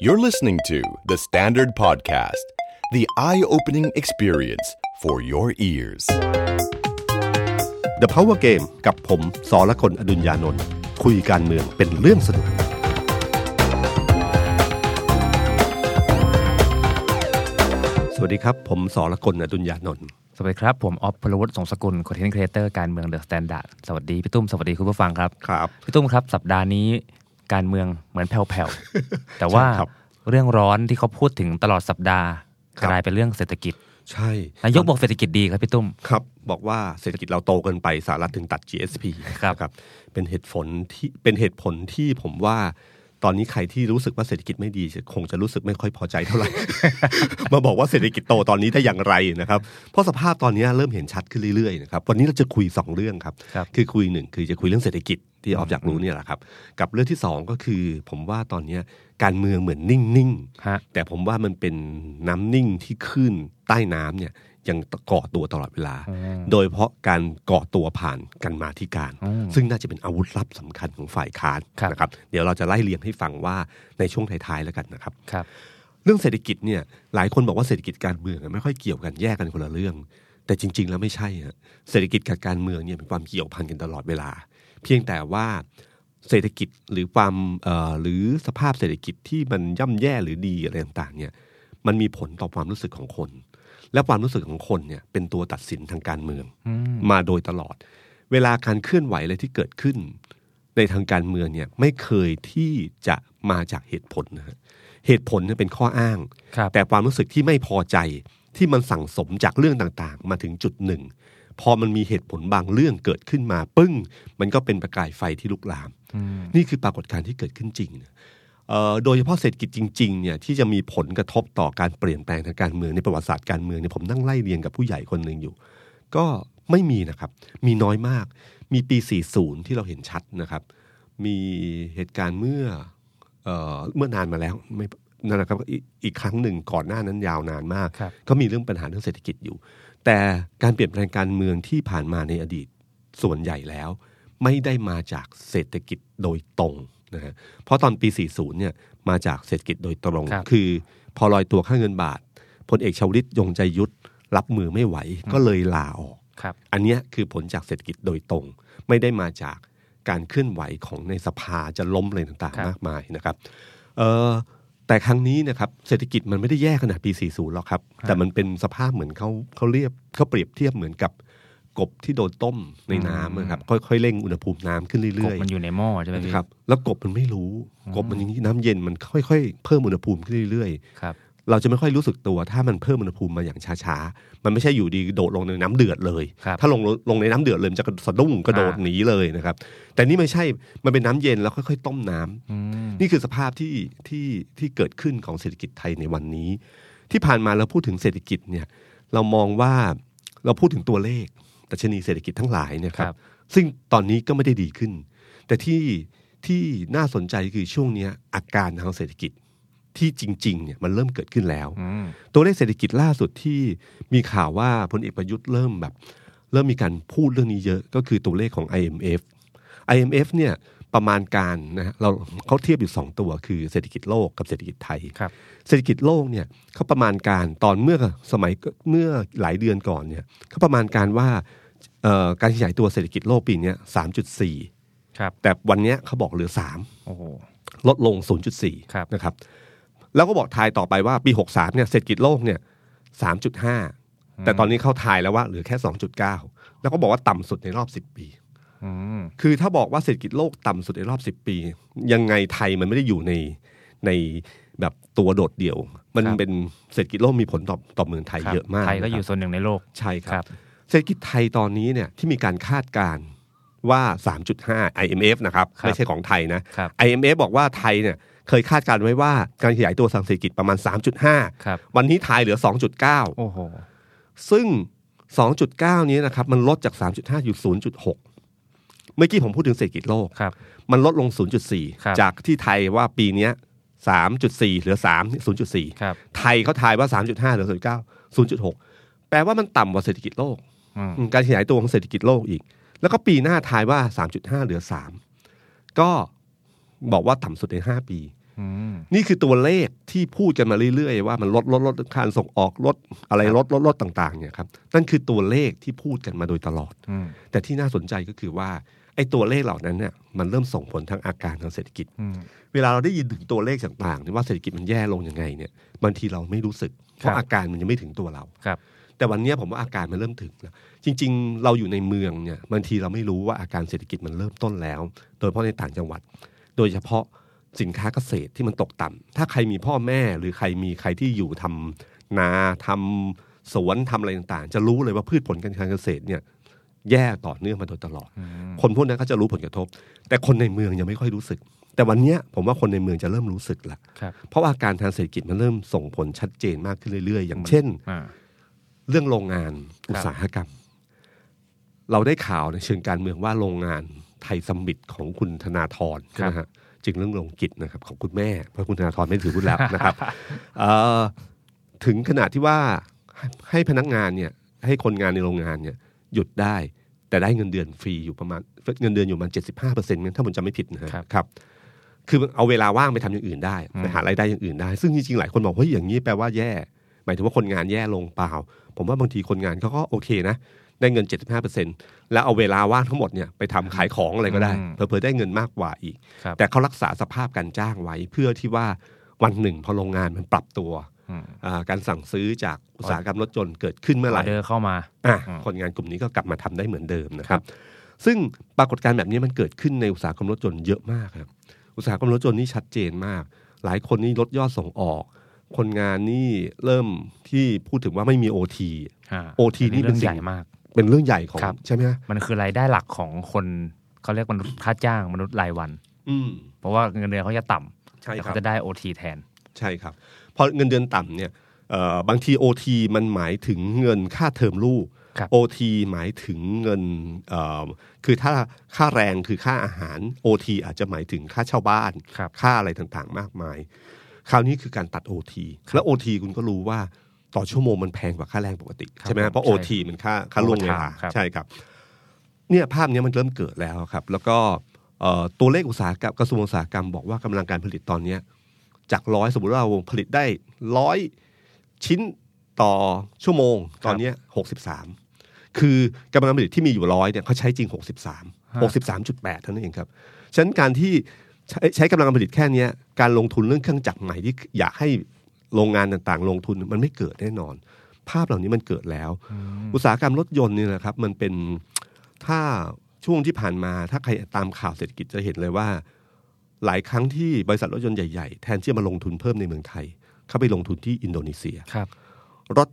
You're listening to The Standard Podcast, the eye opening experience for your ears. The Power Game กับผมสอละคนอดุญญานนท์คุยการเมืองเป็นเรื่องสนุก สวัสดีครับ ผมสอละคนอดุญญานนท์ สวัสดีครับ ผมออฟพลวัตสงสกุลคอนเทนต์ครีเอเตอร์การเมืองเดอะสแตนดาร์ดสวัสดี พี่ตุ้ม สวัสดีคุณผู้ฟังครับ ครับ พี่ตุ้มครับสัปดาห์นี้การเมืองเหมือนแผ่ว ๆ แต่ว่า ใช่ครับ เรื่องร้อนที่เขาพูดถึงตลอดสัปดาห์ ค ก รับ ลายเป็นเรื่องเศรษฐกิจ ใช่ นายกบอกเศรษฐกิจดีครับพี่ตุ้ม ครับ บอกว่าเศรษฐกิจเราโตเกินไปสหรัฐถึงตัด GSP ครับ นะเป็นเหตุผลที่เป็นเหตุผลที่ผมว่าตอนนี้ใครที่รู้สึกว่าเศรษฐกิจไม่ดี คงจะรู้สึกไม่ค่อยพอใจเท่า ไหร่ มาบอกว่าเศรษฐกิจโตตอนนี้ได้อย่างไรนะครับ เพราะสภาพตอนนี้เริ่มเห็นชัดขึ้นเรื่อยๆนะครับวันนี้เราจะคุยสองเรื่องครับ ครับ คือคุยหนึ่งคือจะคุยเรื่องเศรษฐกิจที่ออฟอยากรู้เนี่ยแหละครับ กับเรื่องที่สองก็คือ ผมว่าตอนเนี้ยการเมืองเหมือนนิ่ง ฮะ ๆแต่ผมว่ามันเป็นน้ำนิ่งที่ขึ้นใต้น้ำเนี่ยยังก่อตัวตลอดเวลา โดยเฉพราะการก่อตัวผ่านกันมาธิการ อืม ซึ่งน่าจะเป็นอาวุธลับสำคัญของฝ่ายค้าน ครับ นะครับ เดี๋ยวเราจะไล่เรียงให้ฟังว่าในช่วงท้ายๆแล้วกันนะครับ ครับ เรื่องเศรษฐกิจเนี่ยหลายคนบอกว่าเศรษฐกิจการเมืองอะไม่ค่อยเกี่ยวกันแยกกันคนละเรื่อง แต่จริง ๆ แล้วไม่ใช่ฮะเศรษฐกิจกับการเมืองเนี่ยมีความเกี่ยวพันกันตลอดเวลา เพียงแต่ว่าเศรษฐกิจหรือความเอ่อหรือสภาพเศรษฐกิจที่มันย่ำแย่หรือดีอะไรต่างๆเนี่ยมันมีผลต่อความรู้สึกของคน และความรู้สึกของคนเนี่ยเป็นตัวตัดสินทางการเมือง อืม มาโดยตลอด เวลาการเคลื่อนไหวอะไรที่เกิดขึ้น ในทางการเมืองเนี่ยไม่เคยที่จะมาจากเหตุผลนะฮะเหตุผลเนี่ยเป็นข้ออ้าง ครับ แต่ความรู้สึกที่ไม่พอใจที่มันสั่งสมจากเรื่องต่างๆ มาถึงจุดหนึ่ง พอมันมีเหตุผลบางเรื่องเกิดขึ้นมาปึ้ง มันก็เป็นประกายไฟที่ลุกลาม อืม นี่คือปรากฏการณ์ที่เกิดขึ้นจริงนะเอ่อโดยเฉพาะเศรษฐกิจจริงๆเนี่ยที่จะมีผลกระทบต่อการเปลี่ยนแปลงทางการเมืองในประวัติศาสตร์การเมืองเนี่ยผมนั่งไล่เรียงกับผู้ใหญ่คนหนึ่งอยู่ ก็ไม่มีนะครับ มีน้อยมาก มีปี 40 ที่เราเห็นชัดนะครับ มีเหตุการณ์เมื่อเอ่อเมื่อนานมาแล้วไม่นั่นนะครับอีกอีกครั้งหนึ่งก่อนหน้านั้นยาวนานมาก ครับ ก็มีเรื่องปัญหาเรื่องเศรษฐกิจอยู่ แต่การเปลี่ยนแปลงการเมืองที่ผ่านมาในอดีตส่วนใหญ่แล้ว ไม่ได้มาจากเศรษฐกิจโดยตรงนะฮะเพราะตอนปี 40 เนี่ยมาจากเศรษฐกิจโดยตรง ครับ คือพอลอยตัวค่าเงินบาทพลเอกชวลิตยงใจยุทธรับมือไม่ไหวก็เลยลาออก ครับ อันเนี้ยคือผลจากเศรษฐกิจโดยตรง ไม่ได้มาจากการเคลื่อนไหวของในสภาจะล้มอะไรต่าง ครับ ๆ มากมายนะครับเอ่อแต่ครั้งนี้นะครับเศรษฐกิจมันไม่ได้แย่ขนาดปี 40 หรอกครับ แต่มันเป็นสภาพเหมือนเขาเขาเรียบเขาเปรียบเทียบเหมือนกับกบที่โดนต้มในน้ำนะครับค่อยๆเร่งอุณหภูมิน้ำขึ้นเรื่ กบ อยๆ มันอยู่ในหม้อใช่ไหมพี่ ครับแล้วกบมันไม่รู้ กบมันอย่างนี้น้ำเย็นมันค่อยๆ เพิ่มอุณหภูมิขึ้นเรื่อย ครับ ๆ เราจะไม่ค่อยรู้สึกตัวถ้ามันเพิ่มอุณหภูมิมาอย่างช้าๆ มันไม่ใช่อยู่ดีโดดลงในน้ำเดือดเลย ครับ ถ้าลงลงในน้ำเดือดเลยมันจะสะดุ้งกระโดด อ่า หนีเลยนะครับ แต่นี่ไม่ใช่มันเป็นน้ำเย็นแล้วค่อยๆ ต้มน้ำ อืม นี่คือสภาพที่ที่ที่เกิดขึ้นของเศรษฐกิจไทยในวันนี้ ที่ผ่านมาเราพูดถึงเศรษฐกิจเนี่ยเรามองว่าเราพูดถึงตัวเลขดัชนีเศรษฐกิจทั้งหลายเนยครั ครับ บ ซึ่งตอนนี้ก็ไม่ได้ดีขึ้น แต่ที่ที่น่าสนใจคือช่วงเนี้ยอาการทางเศรษฐกิจที่จริงๆเนี่ยมันเริ่มเกิดขึ้นแล้ว อืม ตัวเลขเศรษฐกิจล่าสุดที่มีข่าวว่าพลเอกประยุทธ์เริ่มแบบ เริ่มมีการพูดเรื่องนี้เยอะก็คือตัวเลขของ IMF IMF เนี่ยประมาณการนะฮะเราเขาเทียบอยู่ 2 ตัวคือเศรษฐกิจโลกกับเศรษฐกิจไทย ครับ เศรษฐกิจโลกเนี่ยเขาประมาณการตอนเมื่อสมัยเมื่อหลายเดือนก่อนเนี่ยเขาประมาณการว่าเอ่อการขยายตัวเศรษฐกิจโลกปีเนี้ย3.4 ครับ แต่วันเนี้ยเขาบอกเหลือ 3 โอ้โห ลดลง ครับ 0.4 นะครับ แล้วก็บอกทายต่อไปว่าปี 63 เนี่ย เศรษฐกิจโลกเนี่ย 3.5 แต่ตอนนี้เข้าทายแล้วว่าเหลือแค่ 2.9 แล้วก็บอกว่าต่ำสุดในรอบ 10 ปี อืม คือถ้าบอกว่าเศรษฐกิจโลกต่ำสุดในรอบ 10 ปี ยังไงไทยมันไม่ได้อยู่ในในแบบตัวโดดเดี่ยว มัน ครับ เป็นเศรษฐกิจโลกมีผลต่อต่อเมืองไทย ครับ เยอะมาก ไทยก็ นะครัอบ ยู่ส่วนหนึ่งในโลก ใช่ค ครั รับ บ เศรษฐกิจไทยตอนนี้เนี่ยที่มีการคาดการณ์ว่า 3.5 IMF นะครับ ครับ ไม่ใช่ของไทยนะ ครับ IMF บอกว่าไทยเนี่ยเคยคาดการณ์ไว้ว่าการขยายตัวทางเศรษฐกิจประมาณ 3.5 ครับ วันนี้ไทยเหลือ โอ้โห 2.9 ซึ่ง 2.9 นี้นะครับมันลดจาก 3.5 อยู่ 0.6 เมื่อกี้ผมพูดถึงเศรษฐกิจโลก ครับ มันลดลง ครับ 0.4 จากที่ไทยว่าปีเนี้ย3.4 เหลือ 3 0.4 ครับ ไทยเขาทายว่า 3.5 หรือ 0.9 0.6 แปลว่ามันต่ำกว่าเศรษฐกิจโลก อืม การขยายตัวของเศรษฐกิจโลกอีก แล้วก็ปีหน้าทายว่า 3.5 เหลือ 3 ก็บอกว่าต่ำสุดใน 5 ปี อืม นี่คือตัวเลขที่พูดกันมาเรื่อยๆ ว่ามันลดลดลดการส่งออกลดอะไรลดลดลดต่างๆเนี่ยครับนั่นคือตัวเลขที่พูดกันมาโดยตลอด อืม แต่ที่น่าสนใจก็คือว่าไอ้ตัวเลขเหล่านั้นเนี่ยมันเริ่มส่งผลทางอาการทางเศรษฐกิจ อืม เวลาเราได้ยินถึงตัวเลขต่างๆเนี่ยว่าเศรษฐกิจมันแย่ลงยังไงเนี่ยบางทีเราไม่รู้สึก เพราะ ครับ อาการมันยังไม่ถึงตัวเรา ครับ แต่วันเนี้ยผมว่าอาการมันเริ่มถึงแล้วจริง ๆ เราอยู่ในเมืองเนี่ยบางทีเราไม่รู้ว่าอาการเศรษฐกิจมันเริ่มต้นแล้ว โดยเฉพาะในต่างจังหวัด โดยเฉพาะสินค้าเกษตรที่มันตกต่ำถ้าใครมีพ่อแม่หรือใครมีใครที่อยู่ทำนาทำสวนทำอะไรต่างๆ จะรู้เลยว่าพืชผลการเกษตรเนี่ยแย่ต่อเนื่องมาโดยตลอด คนพวกนั้นก็จะรู้ผลกระทบ แต่คนในเมืองยังไม่ค่อยรู้สึก แต่วันเนี้ยผมว่าคนในเมืองจะเริ่มรู้สึกละ ครับ เพราะว่าอาการทางเศรษฐกิจมันเริ่มส่งผลชัดเจนมากขึ้นเรื่อยๆ อย่างเช่น อ่า เรื่องโรงงาน ครับ อุตสาหกรรม เราได้ข่าวในเชิงการเมืองว่าโรงงานไทยสมมิตของคุณธนาธรใช่ไหมฮะจึงเรื่องโรงกิจนะครับของคุณแม่ เพราะคุณธนาธรไม่ถือหุ้นแล้ว นะครับ เอ่อถึงขนาดที่ว่าให้ให้พนักงานเนี่ย ให้คนงานในโรงงานเนี่ย หยุดได้ แต่ได้เงินเดือนฟรีอยู่ประมาณเงินเดือนอยู่ประมาณเจ็ดสิบห้าเปอร์เซ็นต์ถ้าผมจำไม่ผิดนะฮะ ครับ ครับ คือเอาเวลาว่างไปทำอย่างอื่นได้ อืม ไปหารายได้อย่างอื่นได้ ซึ่งจริงๆหลายคนบอกเฮ้ยอย่างนี้แปลว่าแย่ หมายถึงว่าคนงานแย่ลงเปล่า ผมว่าบางทีคนงานเขาก็โอเคนะ ได้เงิน 75%แล้วเอาเวลาว่างทั้งหมดเนี่ยไปทำขายของอะไรก็ได้ อืม เผลอๆได้เงินมากกว่าอีก ครับ แต่เขารักษาสภาพการจ้างไว้เพื่อที่ว่าวันหนึ่งพอโรงงานมันปรับตัว อืม อ่าการสั่งซื้อจากอุตสาหกรรมรถยนต์เกิดขึ้นเมื่อไห อ ร่ อเดอร์เข้ามา อ่ะ อืม คนงานกลุ่มนี้ก็กลับมาทำได้เหมือนเดิมนะครับ ซึ่งปรากฏการณ์แบบนี้มันเกิดขึ้นในอุตสาหกรรมรถยนต์เยอะมากครับอุตสาหกรรมรถยนต์นี่ชัดเจนมาก หลายคนนี่ลดยอดส่งออก คนงานนี่เริ่มที่พูดถึงว่าไม่มีโอที อ่า OT นี่เป็นเรื่อง สิ่ ให ง ญ่มาก เป็นเรื่องใหญ่ของ ครับ ใช่ไหมฮะ มันคือรายได้หลักของคนเขาเรียกมนุษย์ค่าจ้างมนุษย์รายวัน อืม เพราะว่าเงินเดือนเขาจะต่ำ ใช่ แต่ ครั เขา บ จะได้โอทีแทน ใช่ครับพอเงินเดือนต่ำเนี่ยเอ่อบางทีโอทีมันหมายถึงเงินค่าเทอมลูก ครับ โอทีหมายถึงเงินเอ่อคือถ้าค่าแรงคือค่าอาหารโอทีอาจจะหมายถึงค่าเช่าบ้าน ครับ ค่าอะไรต่างๆ มากมาย คราวนี้คือการตัดโอทีแล้วโอทีคุณก็รู้ว่าต่อชั่วโมงมันแพงกว่าค่าแรงปกติ ครับ ใช่ไหม ผม เพราะโอ ใช่ ทีมันค่าค่าล่วงเวลา Overtime ครับ ใช่ครับ เนี่ยภาพเนี้ยมันเริ่มเกิดแล้วครับ แล้วก็เอ่อตัวเลขอุตสาหกรรมกระทรวงอุตสาหกรรมบอกว่ากำลังการผลิตตอนเนี้ยจากร้อยสมมติว่าเราผลิตได้ร้อยชิ้นต่อชั่วโมง ตอนเนี้หกสิบสามคือกำลังการผลิตที่มีอยู่ร้อยเนี่ยเขาใช้จริงหกสิบสามหกสิบสามจุดแปดเท่านั้นเองครับ ฉะนั้นการที่ใช้ใช้กำลังการผลิตแค่เนี้ยการลงทุนเรื่องเครื่องจักรใหม่ที่อยากให้โรงงานต่างๆ ลงทุนมันไม่เกิดแน่นอน ภาพเหล่านี้มันเกิดแล้ว อุตสาหกรรมรถยนต์เนี่ยนะครับมันเป็นถ้าช่วงที่ผ่านมาถ้าใครตามข่าวเศรษฐกิจจะเห็นเลยว่า หลายครั้งที่บริษัทรถยนต์ใหญ่ๆ แทนที่จะมาลงทุนเพิ่มในเมืองไทย เข้าไปลงทุนที่อินโดนีเซีย ครับ รถ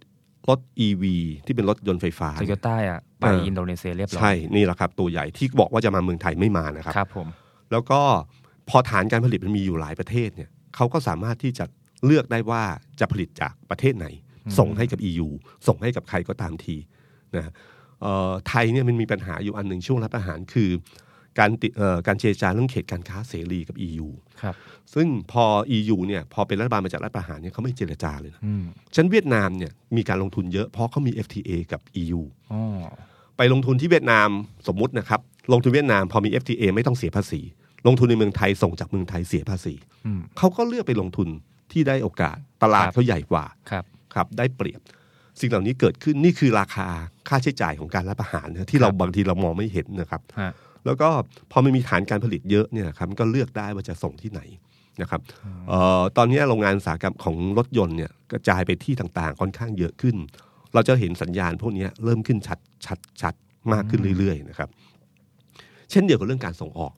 รถ e ีวีที่เป็นรถยนต์ไฟฟ้า โตโยต้าอ่ะไป เอออิ อินโดนีเซียเรียบร้อ ใช่ ย นี่แหละครับตัวใหญ่ที่บอกว่าจะมาเมืองไทยไม่มานะครับ ครับผม แล้วก็พอฐานการผลิตมันมีอยู่หลายประเทศเนี่ยเขาก็สามารถที่จะเลือกได้ว่าจะผลิตจากประเทศไหน ส่งให้กับ EU ส่งให้กับใครก็ตามทีนะฮะเอ่อไทยเนี่ยมันมีปัญหาอยู่อันหนึ่งช่วงรับอาหารคือ การติเอ่อการเจรจาเรื่องเขตการค้าเสรีกับ EU ครับ ซึ่งพอ EU เนี่ยพอเป็นรัฐบาลมาจากรัฐประหารเนี่ยเขาไม่เจรจาเลยนะ อืม ฉะนันเวียดนามเนี่ยมีการลงทุนเยอะเพราะเขามี FTA กับ EU อ๋อ ไปลงทุนที่เวียดนามสมมุตินะครับ ลงทุนเวียดนามพอมี FTA ไม่ต้องเสียภาษี ลงทุนในเมืองไทยส่งจากเมืองไทยเสียภาษี อืม เขาก็เลือกไปลงทุนที่ได้โอกาส ตลาด ครับ เขาใหญ่กว่า ครับ ครับ ได้เปรียบ สิ่งเหล่านี้เกิดขึ้นนี่คือราคาค่าใช้จ่ายของการรับอาหารนะที่เรา ครับ บางทีเรามองไม่เห็นนะครับ ฮะ แล้วก็พอมันมีฐานการผลิตเยอะเนี่ยครับมันก็เลือกได้ว่าจะส่งที่ไหนนะครับเอ่อตอนนี้โรงงานอุตสาหกรรมของรถยนต์เนี่ยกระจายไปที่ต่างๆ ค่อนข้างเยอะขึ้น เราจะเห็นสัญญาณพวกนี้เริ่มขึ้นชัดชัดชัดมากขึ้นเรื่อยๆนะครับ เช่นเดียวกับเรื่องการส่งออก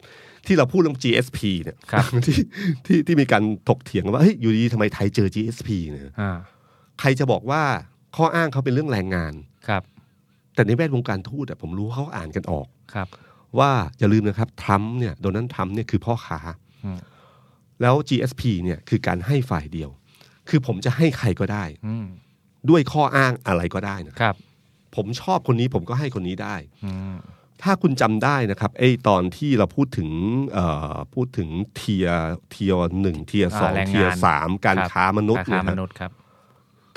ที่เราพูดเรื่อง GSP เนี่ย ครับ ที่ที่ที่มีการถกเถียงกันว่าเฮ้ยอยู่ดีๆทำไมไทยเจอ GSP เนี่ย อ่า ใครจะบอกว่าข้ออ้างเขาเป็นเรื่องแรงงาน ครับ แต่ในแวดวงการทูตอะผมรู้ว่าเขาอ่านกันออก ครับ ว่าอย่าลืมนะครับทรัมป์เนี่ยโดนัลด์ทรัมป์เนี่ยคือพ่อค้า อืม แล้ว GSP เนี่ยคือการให้ฝ่ายเดียว คือผมจะให้ใครก็ได้ อืม ด้วยข้ออ้างอะไรก็ได้นะครับ ครับ ผมชอบคนนี้ผมก็ให้คนนี้ได้ อืม ถ้าคุณจำได้นะครับไอ้ตอนที่เราพูดถึงเอ่อพูดถึงเทียเทียหนึ่งเทียสอง าแรง เทียสามการ รับ ค้ามนุษย์ กรค้า เนะ ม ฮะ นุษย์ครับ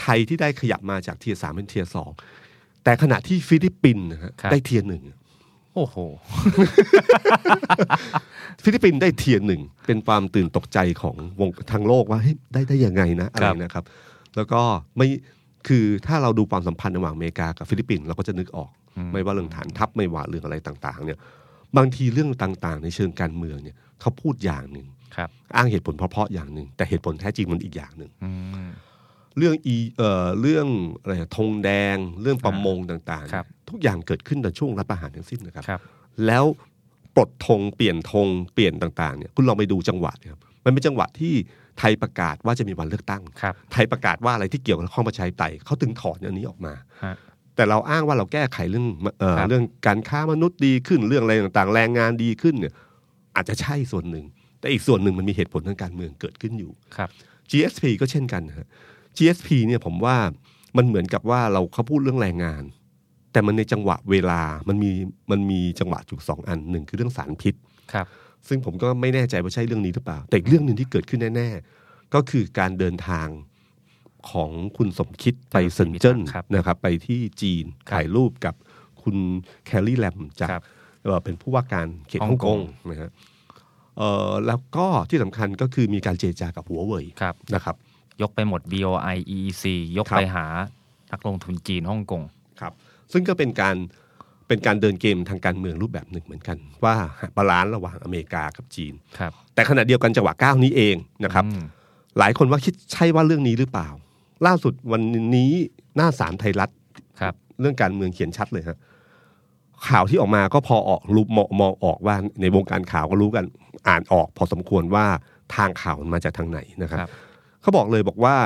ไทยที่ได้ขยับมาจากเทียสามเป็นเทียสองแต่ขณะที่ฟิลิปปินส์นะฮะ ครับ ได้เทียหนึ่ง โอ้โห ฟิลิปปินส์ได้เทียนหนึ่งเป็นความตื่นตกใจของวงทางโลกว่าเฮ้ยได้ได้ยังไงนะอะไร ครับ นะครับ แล้วก็ไม่คือถ้าเราดูความสัมพันธ์ระหว่างอเมริกากับฟิลิปปินส์เราก็จะนึกออก อืม ไม่ว่าเรื่องฐานทัพไม่ว่าเรื่องอะไรต่างๆเนี่ยบางทีเรื่องต่างๆ ในเชิงการเมืองเนี่ยเขาพูดอย่างหนึ่ง ครับ อ้างเหตุผลเพราะๆอย่างหนึ่งแต่เหตุผลแท้จริงมันอีกอย่างหนึ่ง อืม เรื่องอีเอ่อเรื่องอะไรอะธงแดง เรื่องประมงต่าง ครับ ๆ ทุกอย่างเกิดขึ้นในช่วงรัฐประหารทั้งสิ้นนะครับ ครับ แล้วปลดธงเปลี่ยนธงเปลี่ยนต่างๆเนี่ยคุณลองไปดูจังหวัดครับมันเป็นจังหวัดที่ไทยประกาศว่าจะมีวันเลือกตั้ง ครับ ไทยประกาศว่าอะไรที่เกี่ยวกับข้อประชาธิปไตยเขาถึงถอนอันนี้ออกมา ฮะ แต่เราอ้างว่าเราแก้ไขเรื่องเอ่อ ครับ เรื่องการค้ามนุษย์ดีขึ้นเรื่องอะไรต่างๆ แรงงานดีขึ้นเนี่ยอาจจะใช่ส่วนหนึ่ง แต่อีกส่วนหนึ่งมันมีเหตุผลทางการเมืองเกิดขึ้นอยู่ ครับ GSP ก็เช่นกันฮะ GSP เนี่ยผมว่ามันเหมือนกับว่าเราเขาพูดเรื่องแรงงาน แต่มันในจังหวะเวลามันมีมันมีจังหวะจุกสองอันหนึ่งคือเรื่องสารพิษ ครับ ซึ่งผมก็ไม่แน่ใจว่าใช่เรื่องนี้หรือเปล่า แต่อีกเรื่องหนึ่งที่เกิดขึ้นแน่ๆ ก็คือการเดินทางของคุณสมคิดไปเซนเจิ้น ครับ นะครับไปที่จีน ครับ ถ่ายรูปกับคุณแคลรี่แลมจาก ครับ เอ่อเป็นผู้ว่าการเขต ฮ่อง ฮ่องกง ก นะฮะเอ่อแล้วก็ที่สำคัญก็คือมีการเจรจากับหัวเว่ย ครับ นะครับ ยกไปหมด BOI EEC ยก ครับ ไปหานักลงทุนจีนฮ่องกง ครับซึ่งก็เป็นการเป็นการเดินเกมทางการเมืองรูปแบบหนึ่งเหมือนกัน ว่าบาลานซ์ระหว่างอเมริกากับจีน ครับ แต่ขณะเดียวกันจังหวะก้าวนี้เองนะครับ อืม หลายคนว่าคิดใช่ว่าเรื่องนี้หรือเปล่า ล่าสุดวันนี้หน้าสามไทยรัฐ ครับ เรื่องการเมืองเขียนชัดเลยฮะข่าวที่ออกมาก็พอออกรู้มองมองออกว่าในวงการข่าวก็รู้กันอ่านออกพอสมควรว่าทางข่าวมันมาจากทางไหนนะครับ ครับ เขาบอกเลยบอกว่า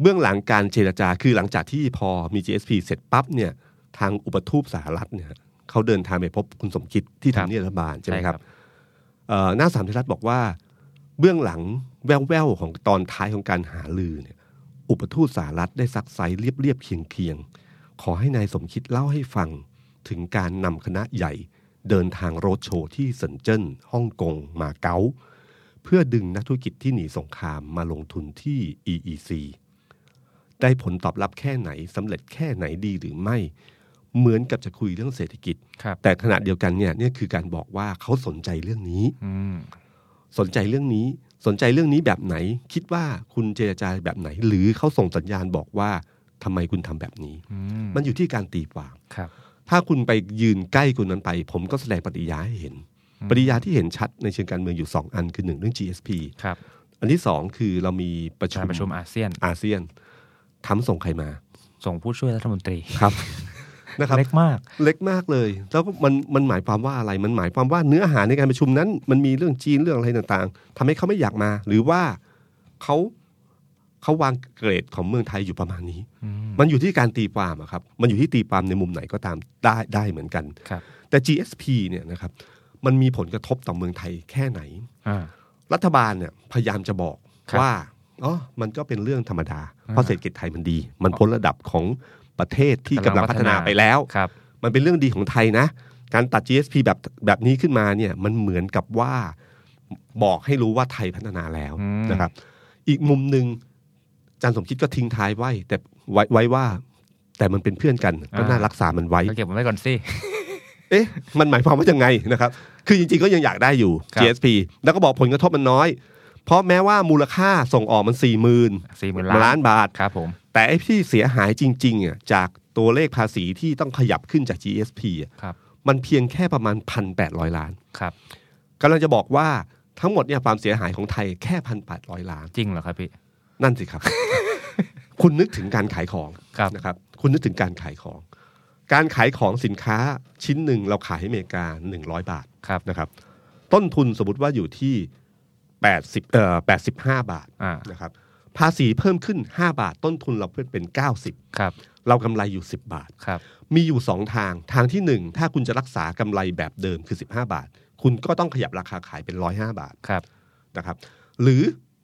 เบื้องหลังการเจรจาคือหลังจากที่พอมี GSP เสร็จปั๊บเนี่ยทางอุปทูตสหรัฐเนี่ยเขาเดินทางไปพบคุณสมคิดที่ ครับ ทำเนียบรัฐบาลใช่ไหมครับเอ่อหน้าสามไทยรัฐบอกว่า เบื้องหลังแว่วๆของตอนท้ายของการหาลือเนี่ยอุปทูตสหรัฐได้ซักไซเรียบเรียบๆเคียงเคียงๆ ขอให้นายสมคิดเล่าให้ฟังถึงการนำคณะใหญ่ เดินทางโรดโชว์ที่เซินเจิ้นฮ่องกงมาเก๊า เพื่อดึงนักธุรกิจที่หนีสงครามมาลงทุนที่ EEC ได้ผลตอบรับแค่ไหนสำเร็จแค่ไหนดีหรือไม่ เหมือนกับจะคุยเรื่องเศรษฐกิจ ครับ แต่ขณะเดียวกันเนี่ยเนี่ยคือการบอกว่าเขาสนใจเรื่องนี้ อืม สนใจเรื่องนี้สนใจเรื่องนี้แบบไหน คิดว่าคุณเจรจาแบบไหน หรือเขาส่งสัญญาณบอกว่าทำไมคุณทำแบบนี้ อืม มันอยู่ที่การตีความ ครับ ถ้าคุณไปยืนใกล้คนนั้นไป ผมก็แสดงปฏิกิริยาให้เห็น ปฏิกิริยาที่เห็นชัดในเชิงการเมืองอยู่สองอันคือหนึ่งเรื่อง GSP ครับ อันที่สองคือเรามีประชุ กามรประชุมอาเซียน อาเซียนทำส่งใครมา ส่งผู้ช่วยรัฐมนตรี ครับ นะครับ เล็กมาก เล็กมากเลย แล้วก็มันมันหมายความว่าอะไรมันหมายความว่าเนื้อหาในการประชุมนั้น มันมีเรื่องจีนเรื่องอะไรต่างๆทำให้เขาไม่อยากมา หรือว่าเขาเขาวางเกรดของเมืองไทยอยู่ประมาณนี้ อืม มันอยู่ที่การตีความอะครับ มันอยู่ที่ตีความในมุมไหนก็ตามได้ได้เหมือนกัน ครับ แต่ GSP เนี่ยนะครับ มันมีผลกระทบต่อเมืองไทยแค่ไหน อ่า รัฐบาลเนี่ยพยายามจะบอก ครับ ว่าอ๋อมันก็เป็นเรื่องธรรมดา เพราะเศรษฐกิจไทยมันดี มันพ้นระดับของประเทศที่กำ กำลั ลั ง ง พั พั ฒ ฒ นา นาไปแล้ว ครับ มันเป็นเรื่องดีของไทยนะ การตัด GSP แบบแบบนี้ขึ้นมาเนี่ยมันเหมือนกับว่าบอกให้รู้ว่าไทยพัฒนาแล้ว อืม นะครับ อีกมุมหนึ่งอาจารย์สมคิดก็ทิ้งท้ายไว้ แต่ไว้ไว้ว่า แต่มันเป็นเพื่อนกันก็น่ารักษามันไว้ ก็เก็บมันไว้ก่อนสิ เอ๊ะ มันหมายความว่ายังไงนะครับ คือจริงๆ ก็ยังอยากได้อยู่ ครับ GSP แล้วก็บอกผลกระทบมันน้อย เพราะแม้ว่ามูลค่าส่งออกมัน4ี่หมื่น สี่หมื่นล้าน บาท ครับผม แต่ไอ้ที่เสียหายจริงๆอ่ะจากตัวเลขภาษีที่ต้องขยับขึ้นจาก GSP อ่ะ ครับ มันเพียงแค่ประมาณ 1,800 ล้าน ครับ กำลังจะบอกว่าทั้งหมดเนี่ยความเสียหายของไทยแค่ 1,800 ล้าน จริงเหรอครับพี่ นั่นสิครับ คุณนึกถึงการขายของ ครับ นะครับ คุณนึกถึงการขายของ การขายของสินค้าชิ้นหนึ่งเราขายให้อเมริกา 100 บาท ครับ นะครับต้นทุนสมมติว่าอยู่ที่ 80เอ่อ85 บาท อ่า นะครับภาษีเพิ่มขึ้น 5 บาท ต้นทุนเราเพิ่มเป็น 90 ครับ เรากำไรอยู่ 10 บาท ครับ มีอยู่ 2 ทางทางทีหนึ่1 ถ้าคุณจะรักษากำไรแบบเดิมคือ 15 บาท คุณก็ต้องขยับราคาขายเป็น 105 บาท ครับ นะครับหรือ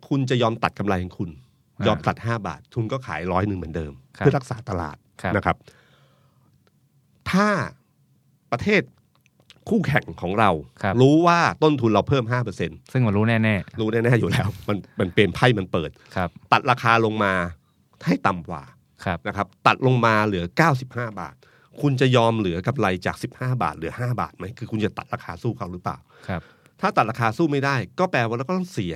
คุณจะยอมตัดกำไรของคุณ อ่าย ยอมตัด 5 บาท ทุนก็ขายร้อยหนึ่งเหมือนเดิม ครับ เพื่อรักษาตลาด ครับ นะครับ ถ้าประเทศคู่แข่งของเรา ครับ รู้ว่าต้นทุนเราเพิ่ม 5% ซึ่งมันรู้แน่ รู้แน่ๆอยู่แล้ว มันมันเป็นไพ่มันเปิด ๆ ครับ ตัดราคาลงมาให้ต่ำกว่า ครับ นะครับ ตัดลงมาเหลือ 95 บาท คุณจะยอมเหลือกำไรจาก 15 บาทเหลือ 5 บาทไหมคือคุณจะตัดราคาสู้เขาหรือเปล่า ครับ ถ้าตัดราคาสู้ไม่ได้ ก็แปลว่าเราก็ต้องเสีย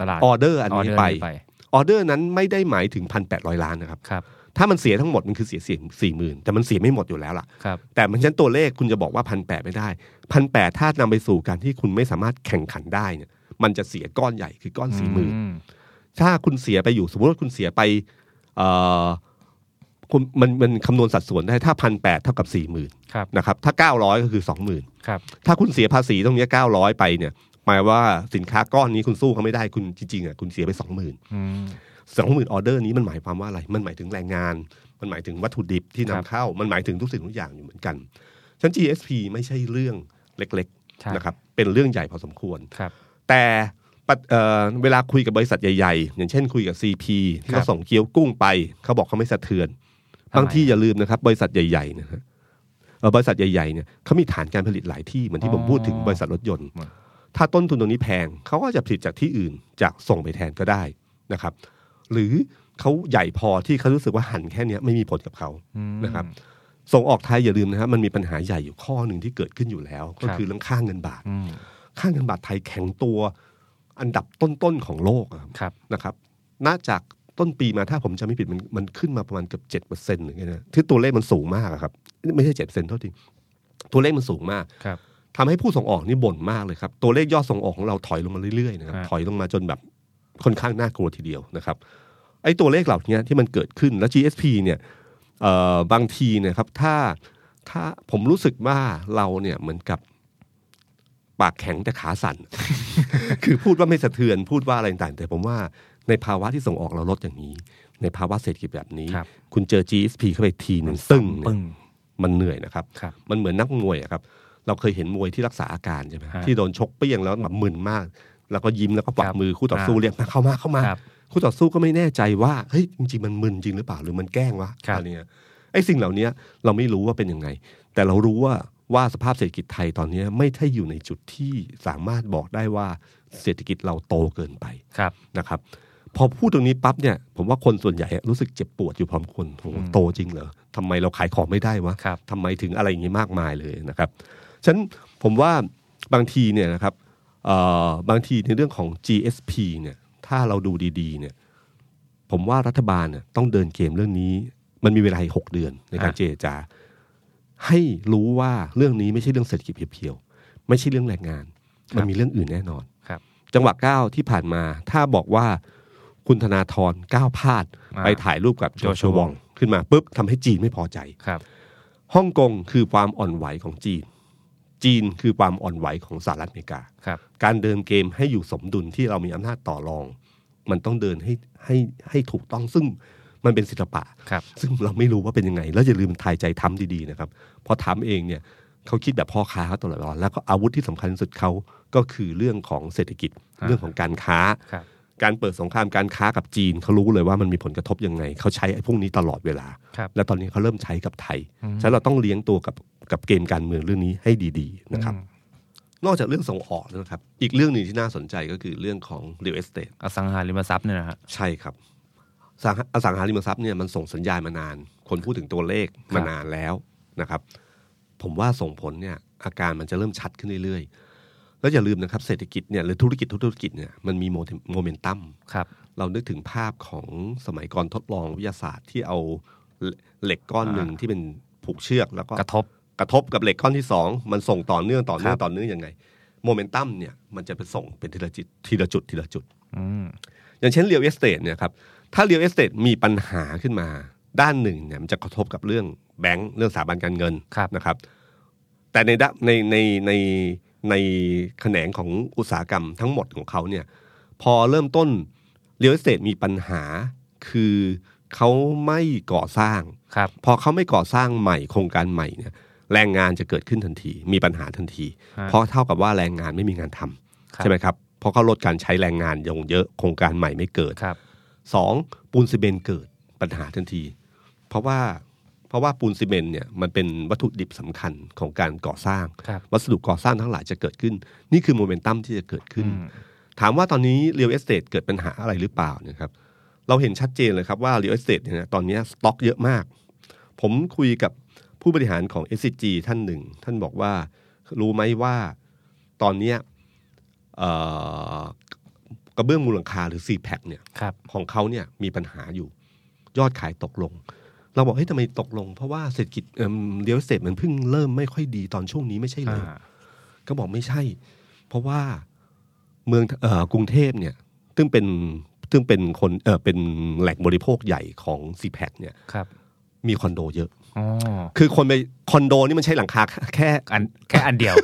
ตลาด ออเดอร์อันนี้ เดร์ ไปออเดอร์นั้นไม่ได้หมายถึง 1,800 ล้านนะครับ ครับ ถ้ามันเสียทั้งหมดมันคือเสียเสียสี่หมื่นแต่มันเสียไม่หมดอยู่แล้วล่ะ ครับ แต่มันฉะนันตัวเลขคุณจะบอกว่าพันแปดไม่ได้พันแปดถ้านำไปสู่การที่คุณไม่สามารถแข่งขันได้เนี่ยมันจะเสียก้อนใหญ่คือก้อนสี่หมื่น อืม ถ้าคุณเสียไปอยู่สมมติว่าคุณเสียไปเอ่อคุณมันมันคำนวณสัดส่วนได้ถ้าพันแปดเท่ากับสี่หมื่น ครับ นะครับถ้าเก้าร้อยก็คือสองหมื่น ครับ ถ้าคุณเสียภาษีตรงเนี้เก้าร้อย900 ไปเนี่ยหมายว่าสินค้าก้อนนี้คุณสู้เขาไม่ได้คุณจริงๆอ่ะคุณเสียไปสองหมื่น อืม สองหมื่นออเดอร์นี้มันหมายความว่าอะไร มันหมายถึงแรงงาน มันหมายถึงวัตถุดิบที่นำ ครับ เข้า มันหมายถึงทุกสิ่งทุกอย่างอยู่เหมือนกันฉะนัน GSP ไม่ใช่เรื่องเล็ก ใช่ ๆนะครับ เป็นเรื่องใหญ่พอสมควร ครับ แต่ปัดเอ่อเวลาคุยกับบริษัทใหญ่ๆ อย่างเช่นคุยกับ CP ที่เขา ครับ ส่งเกี๊ยวกุ้งไป เขาบอกเขาไม่สะเทือน ทำไม บางที่อย่าลืมนะครับ บริษัทใหญ่ๆนะฮะเอ่อบริษัทใหญ่ๆเนี่ยเขามีฐานการผลิตหลายที่เหมือนที่ผมพูดถึงบริษัทรถยนต์ ถ้าต้นทุนตรงนี้แพงเขาก็จะผลิตจากที่อื่นจากส่งไปแทนก็ได้นะครับ หรือเขาใหญ่พอที่เขารู้สึกว่าหันแค่เนี้ยไม่มีผลกับเขา อืม นะครับ ส่งออกไทยอย่าลืมนะครับมันมีปัญหาใหญ่อยู่ข้อหนึ่งที่เกิดขึ้นอยู่แล้ว ก็ ครับ คือเรื่องค่าเงินบาท อืม ค่าเงินบาทไทยแข็งตัวอันดับต้นๆของโลกอะครับ ครับ นะครับ น่าจากต้นปีมาถ้าผมจำไม่ผิดมันมันขึ้นมาประมาณเกือบเจ็ดเปอร์เซ็นต์หรือไงนะที่ตัวเลขมันสูงมากอะครับ ไม่ใช่เจ็ดเปอร์เซ็นต์เท่าทีตัวเลขมันสูงมาก ครับ ทำให้ผู้ส่งออกนี่บ่นมากเลยครับ ตัวเลขยอดส่งออกของเราถอยลงมาเรื่อยๆนะครับ ฮะ ถอยลงมาจนแบบค่อนข้างน่ากลัวทีเดียวนะครับไอ้ตัวเลขเหล่านี้ที่มันเกิดขึ้นแล้ว GSP เนี่ยเอ่อบางทีเนะครับถ้าถ้าผมรู้สึกว่าเราเนี่ยเหมือนกับปากแข็งแต่ขาสั่น คือพูดว่าไม่สะเทือนพูดว่าอะไรต่างแต่ผมว่าในภาวะที่ส่งออกเราลดอย่างนี้ ในภาวะเศรษฐกิจแบบนี้ ครับ คุณเจอ GSP เข้าไปทีหนึงซึ่งเนี่ย ปึ้ง มันเหนื่อยนะครับ ครับ มันเหมือนนักมวยอะครับ เราเคยเห็นมวยที่รักษาอาการใช่ไหม ฮะ ที่โดนชกเปรี้ยงแล้วแบบมึนมาก แล้วก็ยิ้มแล้วก็ปลั ค บ รับ มือคู่ต่อสู้ อ่า เรียกมาเข้ามาเข้ามา ครับ คู่ต่อสู้ก็ไม่แน่ใจว่าเฮ้ยจริงๆมันมึนจริงหรือเปล่าหรือมันแกล้งวะ ครับ อะไรเงี้ยไอ้สิ่งเหล่านี้เราไม่รู้ว่าเป็นยังไง แต่เรารู้ว่าว่าสภาพเศรษฐกิจไทยตอนนี้ไม่ใช่อยู่ในจุดที่สามารถบอกได้ว่าเศรษฐกิจเราโตเกินไป ครับ นะครับพอพูดตรงนี้ปั๊บเนี่ยผมว่าคนส่วนใหญ่รู้สึกเจ็บปวดอยู่พร้อมคนโอ้โห อืม โตจริงเหรอทำไมเราขายของไม่ได้วะ ครับ ทำไมถึงอะไรอย่างนี้มากมายเลยนะครับฉะนันผมว่าบางทีเนี่ยนะครับเอ่อบางทีในเรื่องของ GSP เนี่ยถ้าเราดูดีๆเนี่ยผมว่ารัฐบาลเนี่ยต้องเดินเกมเรื่องนี้ มันมีเวลาอีกหกเดือนในการเจรจา ให้รู้ว่าเรื่องนี้ไม่ใช่เรื่องเศรษฐกิจเพียวๆไม่ใช่เรื่องแรงงาน มันมีเรื่องอื่นแน่นอน ครับ จังหวะก้าวที่ผ่านมา ถ้าบอกว่าคุณธนาธรก้าวพลาด อ่า ไปถ่ายรูปกับโจ โจชั ชัว ว ว ว อ อง ง ขึ้นมาปุ๊บทำให้จีนไม่พอใจ ครับ ฮ่องกงคือความอ่อนไหวของจีน จีนคือความอ่อนไหวของสหรัฐอเมริกา ครับ การเดินเกมให้อยู่สมดุลที่เรามีอำนาจต่อรอง มันต้องเดินให้ให้ให้ถูกต้องซึ่งมันเป็นศิลปะ ครับ ซึ่งเราไม่รู้ว่าเป็นยังไง แล้วอย่าลืมทายใจทำดีๆนะครับเพอทำเองเนี่ยเขาคิดแบบพ่อค้าเขาตลอดเวลาแล้วก็อาวุธที่สำคัญที่สุดเขาก็คือเรื่องของเศรษฐกิจ ฮะ เรื่องของการค้า ครับ การเปิดสงครามการค้ากับจีนเขารู้เลยว่ามันมีผลกระทบยังไงเขาใช้ไอ้พวกนี้ตลอดเวลา ครับ และตอนนี้เขาเริ่มใช้กับไทยฉะนั้นเราต้องเลี้ยงตัวกับกับเกมการเมืองเรื่องนี้ให้ดีๆนะครับ อืม นอกจากเรื่องส่งออกแล้วนะครับ อีกเรื่องหนึ่งที่น่าสนใจก็คือเรื่องของ real estate อสังหาริมทรัพย์เนี่ยนะฮะ ใช่ครับสังหาอสังหาริมทรัพย์เนี่ยมันส่งสัญญาณมานาน คนพูดถึงตัวเลข ครับ มานานแล้วนะครับ ผมว่าส่งผลเนี่ยอาการมันจะเริ่มชัดขึ้นเรื่อยๆ แล้วอย่าลืมนะครับเศรษฐกิจเนี่ยหรือธุรกิจทุกธุรกิจเนี่ยมันมีโมเมนตัม ครับ เรานึกถึงภาพของสมัยก่อนทดลองวิทยาศาสตร์ที่เอาเหลเหล็กก้อนหนึ่งที่เป็นผูกเชือกแล้วก็ กระทบ กระทบกับเหล็กก้อนที่สองมันส่งต่อเนื่องต่อเนื่อง ครับ ต่อเนื่องยังไงโมเมนตัมเนี่ยมันจะไปส่งเป็นทีละจุดทีละจุดทีละจุด อืม อย่างเช่นเรียลเอสเตทเนี่ยครับถ้าเรียลเอสเตทมีปัญหาขึ้นมา ด้านหนึ่งเนี่ยมันจะกระทบกับเรื่องแบงก์เรื่องสถาบันการเงิน ครับ นะครับ แต่ในด้านในในในในแขนงของอุตสาหกรรมทั้งหมดของเขาเนี่ยพอเริ่มต้นเรียลเอสเตทมีปัญหาคือเขาไม่ก่อสร้าง ครับ พอเขาไม่ก่อสร้างใหม่โครงการใหม่เนี่ยแรงงานจะเกิดขึ้นทันที มีปัญหาทันที ฮะ เพราะเท่ากับว่าแรงงานไม่มีงานทำ ครับ ใช่ไหมครับเพราะเขาลดการใช้แรงงานลงเยอะโครงการใหม่ไม่เกิด ครับ สองปูนซีเมนต์เกิดปัญหาทันที เพราะว่าเพราะว่าปูนซีเมนต์เนี่ยมันเป็นวัตถุดิบสำคัญของการก่อสร้าง ครับ วัสดุก่อสร้างทั้งหลายจะเกิดขึ้น นี่คือโมเมนตัมที่จะเกิดขึ้น ถามว่าตอนนี้เรียลเอสเต e เกิดปัญหาอะไรหรือเปล่าเนะครับเราเห็นชัดเจนเลยครับว่าเรียลเอสเต e เนี่ยนะตอนนี้สต็อกเยอะมาก ผมคุยกับ ผู้บริหารของ s c g ท่านหนึ่ง ท่านบอกว่า รู้ไหมว่าตอนเนี้ยเอ่อกระเบื้องมูลหลังคาหรือซีแพคเนี่ย ครับ ของเขาเนี่ยมีปัญหาอยู่ ยอดขายตกลง เราบอกเฮ้ยทำไมตกลง เพราะว่าเศรษฐกิจเอิ่มเดียวเสร็จมันเพิ่งเริ่มไม่ค่อยดีตอนช่วงนี้ไม่ใช่เลย อ่า ก็บอกไม่ใช่ เพราะว่าเมืองเอ่อกรุงเทพเนี่ย ซึ่งเป็นซึ่งเป็นคนเออเป็นแหล่งบริโภคใหญ่ของซีแพคเนี่ย ครับ มีคอนโดเยอะ อ๋อ คือคนไปคอนโดนี่มันใช้หลังคา แค่ อันแค่อันเดียว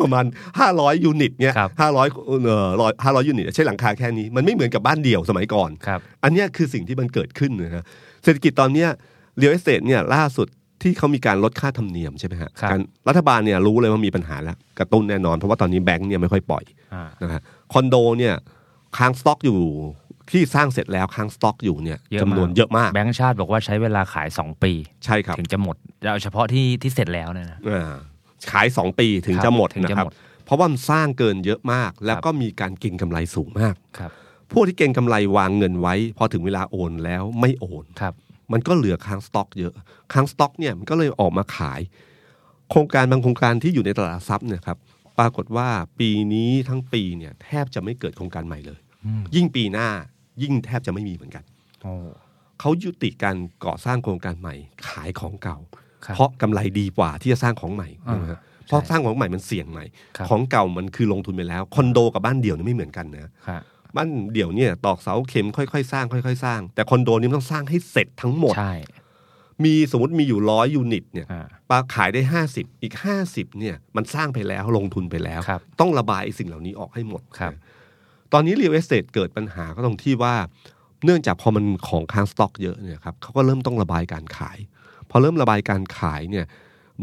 ประมาณ 500 ยูนิตเนี่ย ครับ ห้าร้อยเอ่อร้อยห้าร้อยยูนิตใช้หลังคาแค่นี้ มันไม่เหมือนกับบ้านเดี่ยวสมัยก่อน ครับ อันเนี้ยคือสิ่งที่มันเกิดขึ้นนะฮะเศรษฐกิจตอนเนี้ยเรียลเอสเตทเนี่ยล่าสุดที่เขามีการลดค่าธรรมเนียมใช่ไหมฮะ ครับ การรัฐบาลเนี่ยรู้เลยว่ามีปัญหาแล้วกระตุ้นแน่นอน เพราะว่าตอนนี้แบงก์เนี่ยไม่ค่อยปล่อย อ่า นะฮะคอนโดเนี่ยค้างสต็อกอยู่ที่สร้างเสร็จแล้วค้างสต็อกอยู่เนี่ย เยอะ จำนวนเยอะมาก แบงก์ชาติบอกว่าใช้เวลาขาย 2 ปี ใช่ครับ ถึงจะหมดเอาเฉพาะที่ที่เสร็จแล้วเนี่ยนะ อ่าขาย 2 ปีถึง ครับ จะหมด ถึง นะ จะ ครับ หมด เพราะว่ามันสร้างเกินเยอะมาก แล้ว ครับ ก็มีการเก็งกำไรสูงมาก ครับ พวกที่เก็งกำไรวางเงินไว้ พอถึงเวลาโอนแล้วไม่โอน ครับ มันก็เหลือค้างสต็อกเยอะค้างสต็อกเนี่ยมันก็เลยออกมาขาย โครงการบางโครงการที่อยู่ในตลาดหลักทรัพย์เนี่ยครับปรากฏว่าปีนี้ทั้งปีเนี่ยแทบจะไม่เกิดโครงการใหม่เลย อืม ยิ่งปีหน้ายิ่งแทบจะไม่มีเหมือนกัน โอ้ เขายุติการก่อสร้างโครงการใหม่ ขายของเก่า ครับ เพราะกำไรดีกว่าที่จะสร้างของใหม่ อ่า นะฮะเพราะสร้างของใหม่มันเสี่ยงใหม่ ครับ ของเก่ามันคือลงทุนไปแล้วคอนโดกับบ้านเดี่ยวเนี่ยไม่เหมือนกันนะ ค่ะ บ้านเดี่ยวเนี่ยตอกเสาเข็มค่อยๆ สร้างค่อยๆ สร้าง แต่คอนโดนี่มันต้องสร้างให้เสร็จทั้งหมด ใช่ มีสมมติมีอยู่ร้อยยูนิตเนี่ย อ่า ปาขายได้ 50 อีก 50เนี่ยมันสร้างไปแล้วลงทุนไปแล้ว ครับ ต้องระบายไอ้สิ่งเหล่านี้ออกให้หมด ครับ ตอนนี้เรียลเอสเตทเกิดปัญหาก็ตรงที่ว่า เนื่องจากพอมันของค้างสต็อกเยอะเนี่ยครับเขาก็เริ่มต้องระบายการขาย พอเริ่มระบายการขายเนี่ย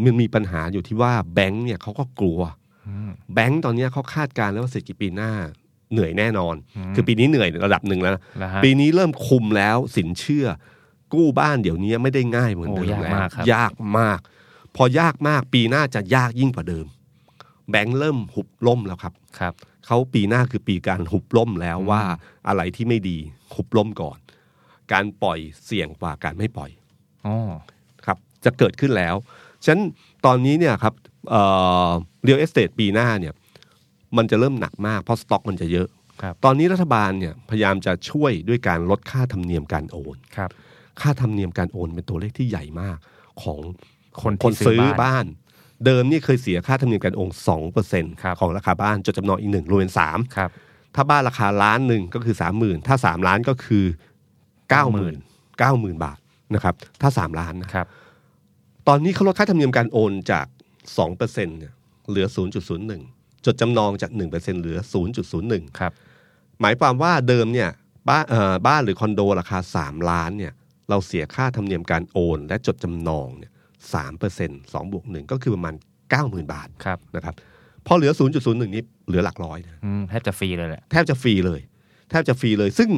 มันมีปัญหาอยู่ที่ว่าแบงก์เนี่ยเขาก็กลัว อืม แบงก์ตอนเนี้ยเขาคาดการณ์แล้วว่าเศรษฐกิจปีหน้าเหนื่อยแน่นอน อืม คือปีนี้เหนื่อยระดับหนึ่งแล้วนะ แล้วฮะ ปีนี้เริ่มคุมแล้วสินเชื่อ กู้บ้านเดี๋ยวนี้ไม่ได้ง่ายเหมือนเดิม โอ้ยาก แล้ว มากครับ ยากมาก พอยากมากปีหน้าจะยากยิ่งกว่าเดิม แบงค์เริ่มหุบล่มแล้วครับ ครับ เขาปีหน้าคือปีการหุบล่มแล้ว อืม ว่าอะไรที่ไม่ดีหุบล่มก่อน การปล่อยเสี่ยงกว่าการไม่ปล่อย อ๋อ ครับจะเกิดขึ้นแล้วฉะนั้นตอนนี้เนี่ยครับเรียลเอสเตทปีหน้าเนี่ยมันจะเริ่มหนักมากเพราะสต็อกมันจะเยอะ ครับ ตอนนี้รัฐบาลเนี่ยพยายามจะช่วยด้วยการลดค่าธรรมเนียมการโอน ครับ ค่าธรรมเนียมการโอนเป็นตัวเลขที่ใหญ่มากของ คนที่ คน ซื้ ซื้ อ อ บ้าน บ้าน เดิมนี่เคยเสียค่าธรรมเนียมการโอนสองเปอร์เซ็น ครับ ของราคาบ้านจดจำนองอีกหนึ่งรวมเป็นสาม ครับ ถ้าบ้านราคาล้านหนึ่งก็คือสามหมื่นถ้าสามล้านก็คือเก้าหมื่นเก้าหมื่นบาทนะครับถ้าสามล้านนะครับ ตอนนี้เขาลดค่าธรรมเนียมการโอนจากสองเปอร์เซ็นเนี่ยเหลือศูนย์จุดศูนย์หนึ่งจดจำนองจากหนึ่งเปอร์เซ็นเหลือศูนย์จุดศูนย์หนึ่ง ครับ หมายความว่าเดิมเนี่ยบ้านเอ่อบ้านหรือคอนโดราคา 3 ล้านเนี่ยเราเสียค่าธรรมเนียมการโอน และจดจำนองเนี่ยสามเปอร์เซ็นต์สองบวกหนึ่งก็คือประมาณ 90,000 บาท ครับ นะครับพอเหลือ 0.01 นี้เหลือหลักร้อยนะ อืมแทบจะฟรีเลยแหละ แทบจะฟรีเลย แทบจะฟรีเลย ซึ่ง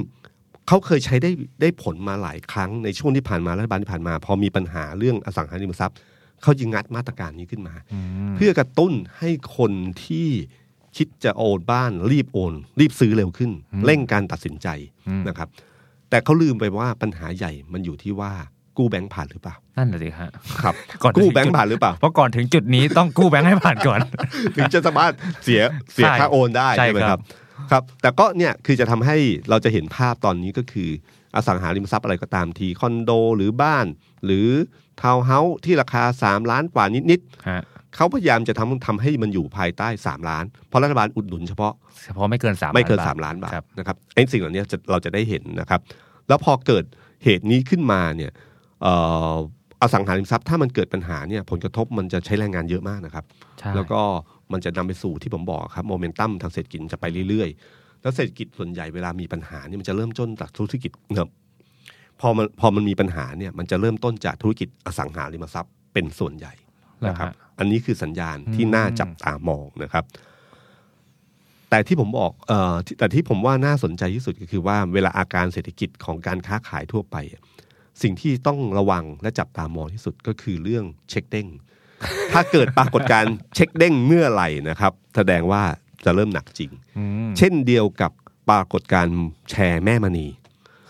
เขาเคยใช้ได้ได้ผลมาหลายครั้งในช่วงที่ผ่านมารัฐบาลที่ผ่านมา พอมีปัญหาเรื่องอสังหาริมทรัพย์เขาจึงงัดมาตรการนี้ขึ้นมา อืม เพื่อกระตุ้นให้คนที่คิดจะโอนบ้าน รีบโอน รีบซื้อเร็วขึ้น เร่งการตัดสินใจนะครับ แต่เขาลืมไปว่าปัญหาใหญ่มันอยู่ที่ว่ากู้แบงค์ผ่านหรือเปล่า นั่นแหละสิฮะ ครับ ก่อนจะ กู้แบงค์ผ่านหรือเป ล่า เพราะก่อนถึงจุดนี้ต้อง กู้แบงค์ให้ผ่านก่อน ถึงจะสามารถเสียเสีย ใช่ ค่าโอนได้ ใช่ ใช่ไหม ค ค รั รับ บครับ แต่ก็เนี่ยคือจะทำให้เราจะเห็นภาพตอนนี้ก็คืออสังหาริมทรัพย์อะไรก็ตามทีคอนโดหรือบ้าน หรือทาวน์เฮาส์ที่ราคา 3 ล้านกว่านิดๆ ฮะ เขาพยายามจะทำทำให้มันอยู่ภายใต้ 3 ล้าน เพราะรัฐบาลอุดหนุนเฉพาะ เฉพาะไม่เกินสาม ไม่เกิน บท 3 ล้านบาท ครับ นะครับไอ้สิ่งเหล่านี้จะเราจะได้เห็นนะครับ แล้วพอเกิดเหตุนี้ขึ้นมาเนี่ยเอ่ออสังหาริมทรัพย์ถ้ามันเกิดปัญหาเนี่ยผลกระทบมันจะใช้แรงงานเยอะมากนะครับ ใช่ แล้วก็มันจะนำไปสู่ที่ผมบอกครับโมเมนตัมทางเศรษฐกิจจะไปเรื่อยๆ แล้วเศรษฐกิจส่วนใหญ่เวลามีปัญหาเนี่ยมันจะเริ่มต้นจากธุรกิจเงิบพอมันพอมันมีปัญหาเนี่ยมันจะเริ่มต้นจากธุรกิจอสังหาริมทรัพย์เป็นส่วนใหญ่ แล้ว นะครับ ฮะ อันนี้คือสัญญาณที่ อืม น่าจับตามองนะครับ แต่ที่ผมบอกเอ่อที่แต่ที่ผมว่าน่าสนใจที่สุดก็คือว่าเวลาอาการเศรษฐกิจของการค้าขายทั่วไปอะสิ่งที่ต้องระวังและจับตามองที่สุดก็คือเรื่องเช็คเด้ง ถ้าเกิดปรากฏการณ์เช็คเด้งเมื่อไหร่นะครับ แสดงว่าจะเริ่มหนักจริง อืม เช่นเดียวกับปรากฏการณ์แชร์แม่มณี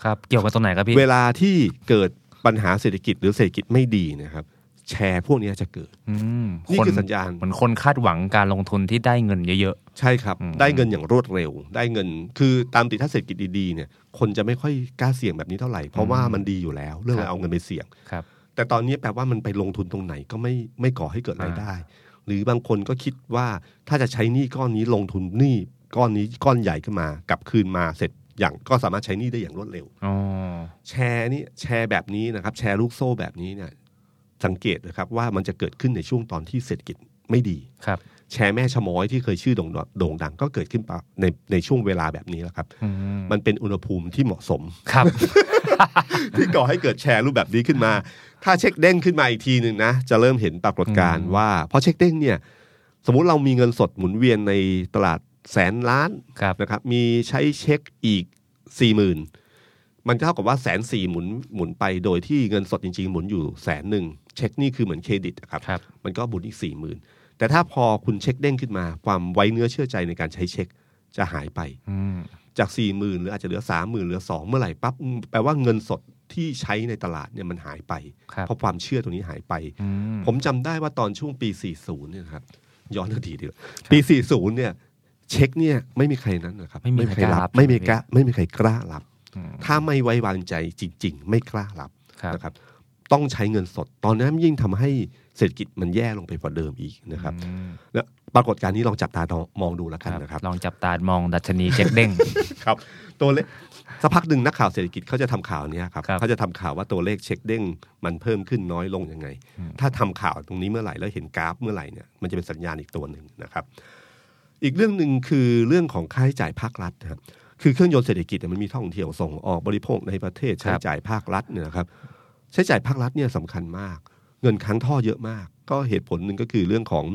ครับ เกี่ยวกับตรงไหนครับพี่ เวลาที่เกิดปัญหาเศรษฐกิจหรือเศรษฐกิจไม่ดีนะครับ แ แชร์พวกเนี้ยจะเกิด อืม นี่คือสัญญาณ เหมือนคนคาดหวังการลงทุนที่ได้เงินเยอะ ใช่ครับ อืม ได้เงินอย่างรวดเร็ว ได้เงินคือตามติดถ้าเศรษฐกิจดีๆเนี่ยคนจะไม่ค่อยกล้าเสี่ยงแบบนี้เท่าไหร่ เพราะว่ามันดีอยู่แล้ว เรื่องเอาเงินไปเสี่ยง ๆ ครับ แต่ตอนนี้แปลว่ามันไปลงทุนตรงไหนก็ไม่ไม่ก่อให้เกิดรายได้ หรือบางคนก็คิดว่าถ้าจะใช้หนี้ก้อนนี้ลงทุนหนี้ก้อนนี้ก้อนใหญ่ขึ้นมากลับคืนมาเสร็จอย่างก็สามารถใช้หนี้ได้อย่างรวดเร็ว อ๋อ แชร์นี่แชร์แบบนี้นะครับ แชร์ลูกโซ่แบบนี้เนี่ยสังเกตนะครับว่ามันจะเกิดขึ้นในช่วงตอนที่เศรษฐกิจไม่ดี ครับ แชร์แม่ชะม้อยที่เคยชื่อโด่งดังโด่งดังก็เกิดขึ้นปะในในช่วงเวลาแบบนี้แหล้วครับ อืม มันเป็นอุณหภูมิที่เหมาะสม ครับ ที่ก่อให้เกิดแชร์รูปแบบนี้ขึ้นมา ถ้าเช็คเด้งขึ้นมาอีกทีหนึ่งนะ จะเริ่มเห็นปรากฏการณ์ อืม ว่า เพราะเช็คเด้งเนี่ย สมมุติเรามีเงินสดหมุนเวียนในตลาดแสนล้าน ครับ นะครับ มีใช้เช็คอีกสี่หมื่นมันเท่ากับว่าแสนสี่หมุนหมุนไปโดยที่เงินสดจริงๆ หมุนอยู่แสนหนึ่งเช็คนี่คือเหมือนเครดิตอะครับ ครับ มันก็บุญอีกสี่หมื่นแต่ถ้าพอคุณเช็คเด้งขึ้นมา ความไว้เนื้อเชื่อใจในการใช้เช็คจะหายไป อืม จากสี่หมื่นหรืออาจจะเหลือสามหมื่นเหลือสองเมื่อไหร่ปั๊บแปลว่าเงินสดที่ใช้ในตลาดเนี่ยมันหายไป ครับ เพราะความเชื่อตรงนี้หายไป อืม ผมจำได้ว่าตอนช่วงปี 40เนี่ยนะครับย้อนอดีตดีกว่าปี 40เนี่ยเช็คเนี่ยไม่มีใครนั้นนะครับ ไม่มีใครกล้ารับ ไม่มีกล้าไม่มีใครกล้ารับ อืม ถ้าไม่ไว้วางใจจริง ๆ ไม่กล้ารับ ครับ นะครับต้องใช้เงินสด ตอนนั้นยิ่งทำให้เศรษฐกิจมันแย่ลงไปกว่าเดิมอีกนะครับ อืม และปรากฏการณ์นี้ลองจับตามองดูแล้วกันนะครับ ลองจับตามองดัชนีเช็คเด้ง ครับ ตัวเลขสักพักหนึ่งนักข่าวเศรษฐกิจเขาจะทำข่าวเนี้ยครับ ครับ เขาจะทำข่าวว่าตัวเลขเช็คเด้งมันเพิ่มขึ้นน้อยลงยังไง ถ้าทำข่าวตรงนี้เมื่อไหร่แล้วเห็นกราฟเมื่อไหร่เนี่ยมันจะเป็นสัญญาณอีกตัวหนึ่งนะครับ อีกเรื่องหนึ่งคือเรื่องของค่าใช้จ่ายภาครัฐนะครับคือเครื่องยนต์เศรษฐกิจเนี่ยมันมีท่องเที่ยวส่งออกบริโภคในประเทศ ครั ใช้ บ จ่ายภาครัฐเนี่ยนะครับ ใช้จ่ายภาครัฐเนี่ยสำคัญมาก เงินค้างท่อเยอะมาก ก็เหตุผลหนึ่งก็คือเรื่องของ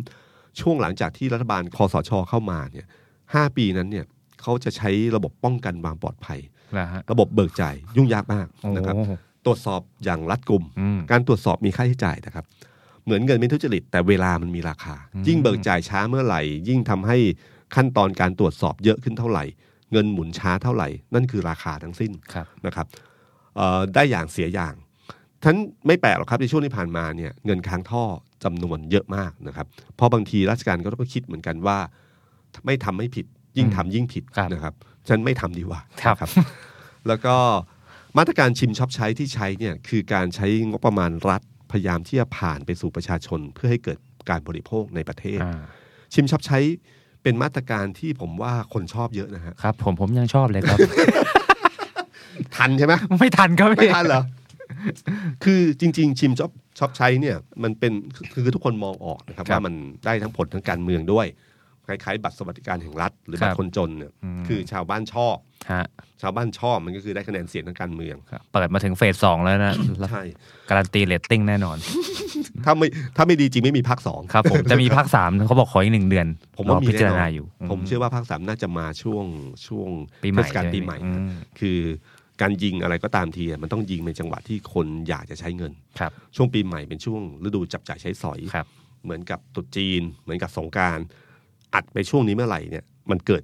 ช่วงหลังจากที่รัฐบาลคอสชเข้ามาเนี่ยห้าปีนั้นเนี่ยเขาจะใช้ระบบป้องกันความปลอดภัย นะฮะ ระบบเบิกจ่าย ยุ่งยากมาก โอ้ นะครับ โห ตรวจสอบอย่างรัดกุม อืม การตรวจสอบมีค่าใช้จ่ายนะครับ เหมือนเงินไม่ทุจริตแต่เวลามันมีราคา อืม ยิ่งเบิกจ่ายช้าเมื่อไหร่ ยิ่งทำให้ขั้นตอนการตรวจสอบเยอะขึ้นเท่าไหร่ เงินหมุนช้าเท่าไหร่ นั่นคือราคาทั้งสิ้น ครับ นะครับเอ่อได้อย่างเสียอย่างท่านไม่แปลกหรอกครับในช่วงที่ผ่านมาเนี่ยเงินค้างท่อจำนวนเยอะมากนะครับเพราะบางทีราชการก็ต้องคิดเหมือนกันว่า ไม่ทำไม่ผิด ยิ่งทำยิ่งผิด ครับ นะครับฉันไม่ทำดีกว่า ครับ นะแล้วก็มาตรการชิมช็อปใช้ที่ใช้เนี่ยคือการใช้งบประมาณรัฐพยายามที่จะผ่านไปสู่ประชาชน เพื่อให้เกิดการบริโภคในประเทศ อ่า ชิมช็อปใช้เป็นมาตรการที่ผมว่าคนชอบเยอะนะฮะ ครับ ผมผมยังชอบเลยครับ ทันใช่ไหม ไม่ทันครับ ไม่ พี่ ทันเหรอ คือจริง ๆ ชิมช็อปช็อปใช้เนี่ย มันเป็นคือทุกคนมองออกนะครับ ครับ ว่ามันได้ทั้งผลทางการเมืองด้วย คล้ายๆ บัตรสวัสดิการแห่งรัฐ หรือบัต ครั ร บ คนจนเนี่ย อืม คือชาวบ้านชอบ ฮะ ชาวบ้านชอบมันก็คือได้คะแนนเสียงทางการเมือง ครับเปิดมาถึงเฟสสองแล้วนะแล้ว ใช่ การันตีเรตติ้งแน่นอน ถ้าไม่ถ้าไม่ดีจริงไม่มีภาคสอง ครับผมจะมีภาคสามเขาบอกขออีกหนึ่งเดือน ผมว่ามี พิจาร แน่น ณาน อยู่ ผมเชื่อว่าภาคสามน่าจะมาช่วงช่วง ปีเทใหม่ ศกาล ช่ไ ปีใหม่ อื คือการยิงอะไรก็ตามทีอะมันต้องยิงในจังหวะที่คนอยากจะใช้เงิน ครับ ช่วงปีใหม่เป็นช่วงฤดูจับจ่ายใช้สอย ครับ เหมือนกับตรุษจีน เหมือนกับสงกรารอัดไปช่วงนี้เมื่อไหร่เนี่ยมันเกิด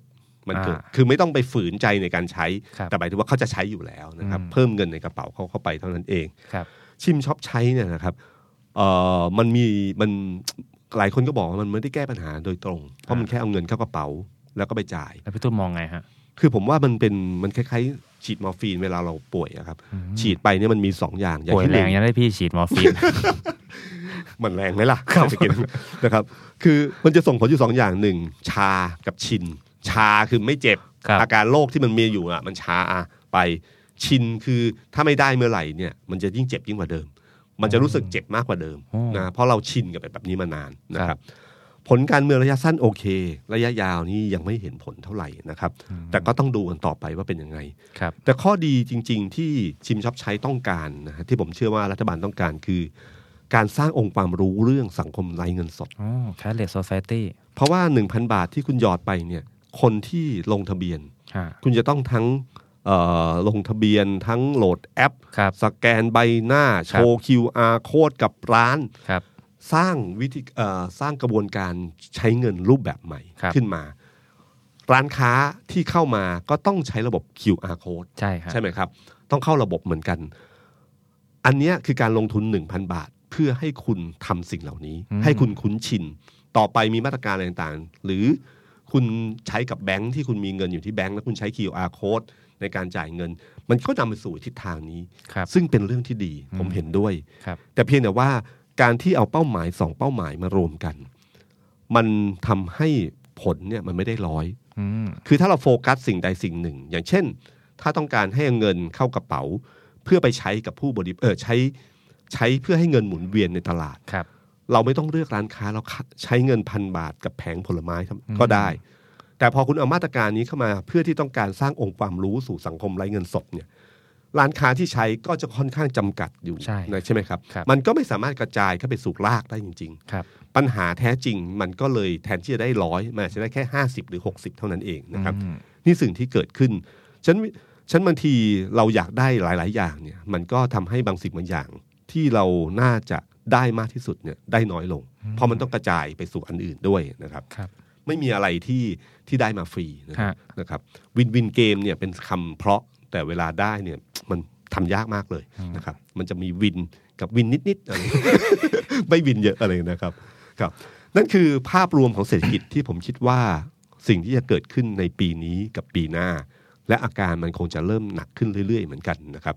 มันเกิด อ่า คือไม่ต้องไปฝืนใจในการใช้ ครับ แต่หมายถึงว่าเขาจะใช้อยู่แล้วนะครับ อืม เพิ่มเงินในกระเป๋าเขาเข้าไปเท่านั้นเอง ครับ ชิมช็อปใช้เนี่ยนะครับเอ่อมันมีมันหลายคนก็บอกว่ามันไม่ได้แก้ปัญหาโดยตรง เพราะมันแค่เอาเงินเข้ากระเป๋า แล้วก็ไปจ่าย แล้วพี่ตุ้มมองไงฮะ คือผมว่ามันเป็นมันคล้ายๆ ฉีดมอร์ฟีนเวลาเราป่วยอะครับ อืม ฉีดไปเนี่ยมันมีสองอย่างอย่าง ป่วย ที่ห แร นึ่ ง ง ยังได้พี่ฉีดมอร์ฟี น มันแรงไหมล่ะ ครับ เศษฐกิจ นะครับ คือมันจะส่งผลอยู่สองอย่างหนึ่งชากับชิน ชาคือไม่เจ็บ ครับ อาการโรคที่มันมีอยู่อ่ะ มันชาอะไปชินคือถ้าไม่ได้เมื่อไหร่เนี่ย มันจะยิ่งเจ็บยิ่งกว่าเดิม มันจะรู้สึกเจ็บมากกว่าเดิม อืม นะเพราะเราชินกับแบบนี้มานานนะค ครั รับ บ ผลการเมืองระยะสั้นโอเค ระยะยาวนี่ยังไม่เห็นผลเท่าไหร่นะครับ แต่ก็ต้องดูกันต่อไปว่าเป็นยังไง ครับ แต่ข้อดีจริง ๆ ที่ชิมช็อปใช้ต้องการนะฮะที่ผมเชื่อว่ารัฐบาลต้องการคือ การสร้างองค์ความรู้เรื่องสังคมไร้เงินสด อ๋อแคสเลสโซซตี้ เพราะว่า 1,000 บาทที่คุณหยอดไปเนี่ยคนที่ลงทะเบียน ฮะ คุณจะต้องทั้งเอ่อลงทะเบียนทั้งโหลดแอป ครับ สแกนใบหน้า โชว์ QR โค้ดกับร้าน ครับ สร้างวิธีเอ่อสร้างกระบวนการใช้เงินรูปแบบใหม่ ครับ ขึ้นมา ร้านค้าที่เข้ามาก็ต้องใช้ระบบ QR code ใช่ครับ ใช่ไหมครับ ต้องเข้าระบบเหมือนกัน อันเนี้ยคือการลงทุน 1,000 บาท เพื่อให้คุณทำสิ่งเหล่านี้ ให้คุณคุ้นชิน ต่อไปมีมาตรการอะไรต่างๆ หรือคุณใช้กับแบงค์ที่คุณมีเงินอยู่ที่แบงค์แล้วคุณใช้ QR code ในการจ่ายเงิน มันก็นำไปสู่ทิศทางนี้ ครับ ซึ่งเป็นเรื่องที่ดีผมเห็นด้วย ครับ แต่เพียงแต่ว่าการที่เอาเป้าหมายสองเป้าหมายมารวมกัน มันทำให้ผลเนี่ยมันไม่ได้ร้อย อืม คือถ้าเราโฟกัสสิ่งใดสิ่งหนึ่ง อย่างเช่น ถ้าต้องการให้เงินเข้ากระเป๋า เพื่อไปใช้กับผู้บริเออใช้ใช้เพื่อให้เงินหมุนเวียนในตลาด ครับ เราไม่ต้องเลือกร้านค้าเราใช้เงินพันบาทกับแผงผลไม้ครับก็ได้ แต่พอคุณเอามาตรการนี้เข้ามาเพื่อที่ต้องการสร้างองค์ความรู้สู่สังคมไร้เงินสดเนี่ยร้านค้าที่ใช้ก็จะค่อนข้างจำกัดอยู่ ใช่ นะใช่ไหมครับ ครับ มันก็ไม่สามารถกระจายเข้าไปสู่รากได้จริง ๆ ครับ ปัญหาแท้จริงมันก็เลยแทนที่จะได้ร้อยมันอาจจะได้แค่ 50 หรือ 60 เท่านั้นเองนะครับ อืม นี่สิ่งที่เกิดขึ้นฉันฉันบางทีเราอยากได้หลาย ๆ อย่างเนี่ยมันก็ทำให้บางสิ่งบางอย่าง ที่เราน่าจะได้มากที่สุดเนี่ยได้น้อยลง เพราะมันต้องกระจายไปสู่อันอื่นด้วยนะครับ ครับ ไม่มีอะไรที่ที่ได้มาฟรีนะ ฮะ นะครับวินวินเกมเนี่ยเป็นคำเพราะแต่เวลาได้เนี่ยมันทำยากมากเลยนะครับ มันจะมีวินกับวินนิดๆอะไร ไม่วินเยอะอะไรนะครับครับ นั่นคือภาพรวมของเศรษฐกิจที่ผมคิดว่าสิ่งที่จะเกิดขึ้นในปีนี้กับปีหน้า และอาการมันคงจะเริ่มหนักขึ้นเรื่อย ๆ เหมือนกันนะครับ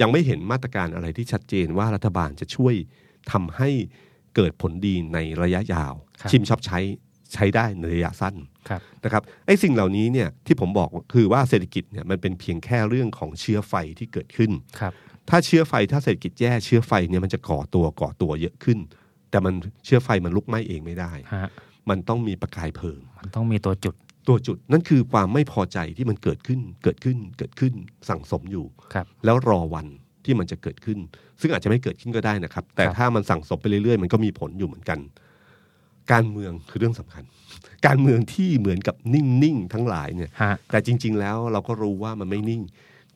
ยังไม่เห็นมาตรการอะไรที่ชัดเจนว่ารัฐบาลจะช่วยทำให้เกิดผลดีในระยะยาว ครับ ชิมช็อปใช้ใช้ได้ในระยะสั้น ครับ นะครับไอ้สิ่งเหล่านี้เนี่ยที่ผมบอกคือว่าเศรษฐกิจเนี่ยมันเป็นเพียงแค่เรื่องของเชื้อไฟที่เกิดขึ้น ครับ ถ้าเชื้อไฟถ้าเศรษฐกิจแย่เชื้อไฟเนี่ยมันจะก่อตัวก่อตัวเยอะขึ้น แต่มันเชื้อไฟมันลุกไหม้เองไม่ได้ ฮะ มันต้องมีประกายเพลิง มันต้องมีตัวจุด ตัวจุดนั่นคือความไม่พอใจที่มันเกิดขึ้นเกิดขึ้นเกิดขึ้นสั่งสมอยู่ ครับ แล้วรอวันที่มันจะเกิดขึ้น ซึ่งอาจจะไม่เกิดขึ้นก็ได้นะครับ แต่ ครับ ถ้ามันสั่งสมไปเรื่อยๆ มันก็มีผลอยู่เหมือนกัน การเมืองคือเรื่องสำคัญ การเมืองที่เหมือนกับนิ่งๆทั้งหลายเนี่ย ฮะ แต่จริง ๆ แล้วเราก็รู้ว่ามันไม่นิ่ง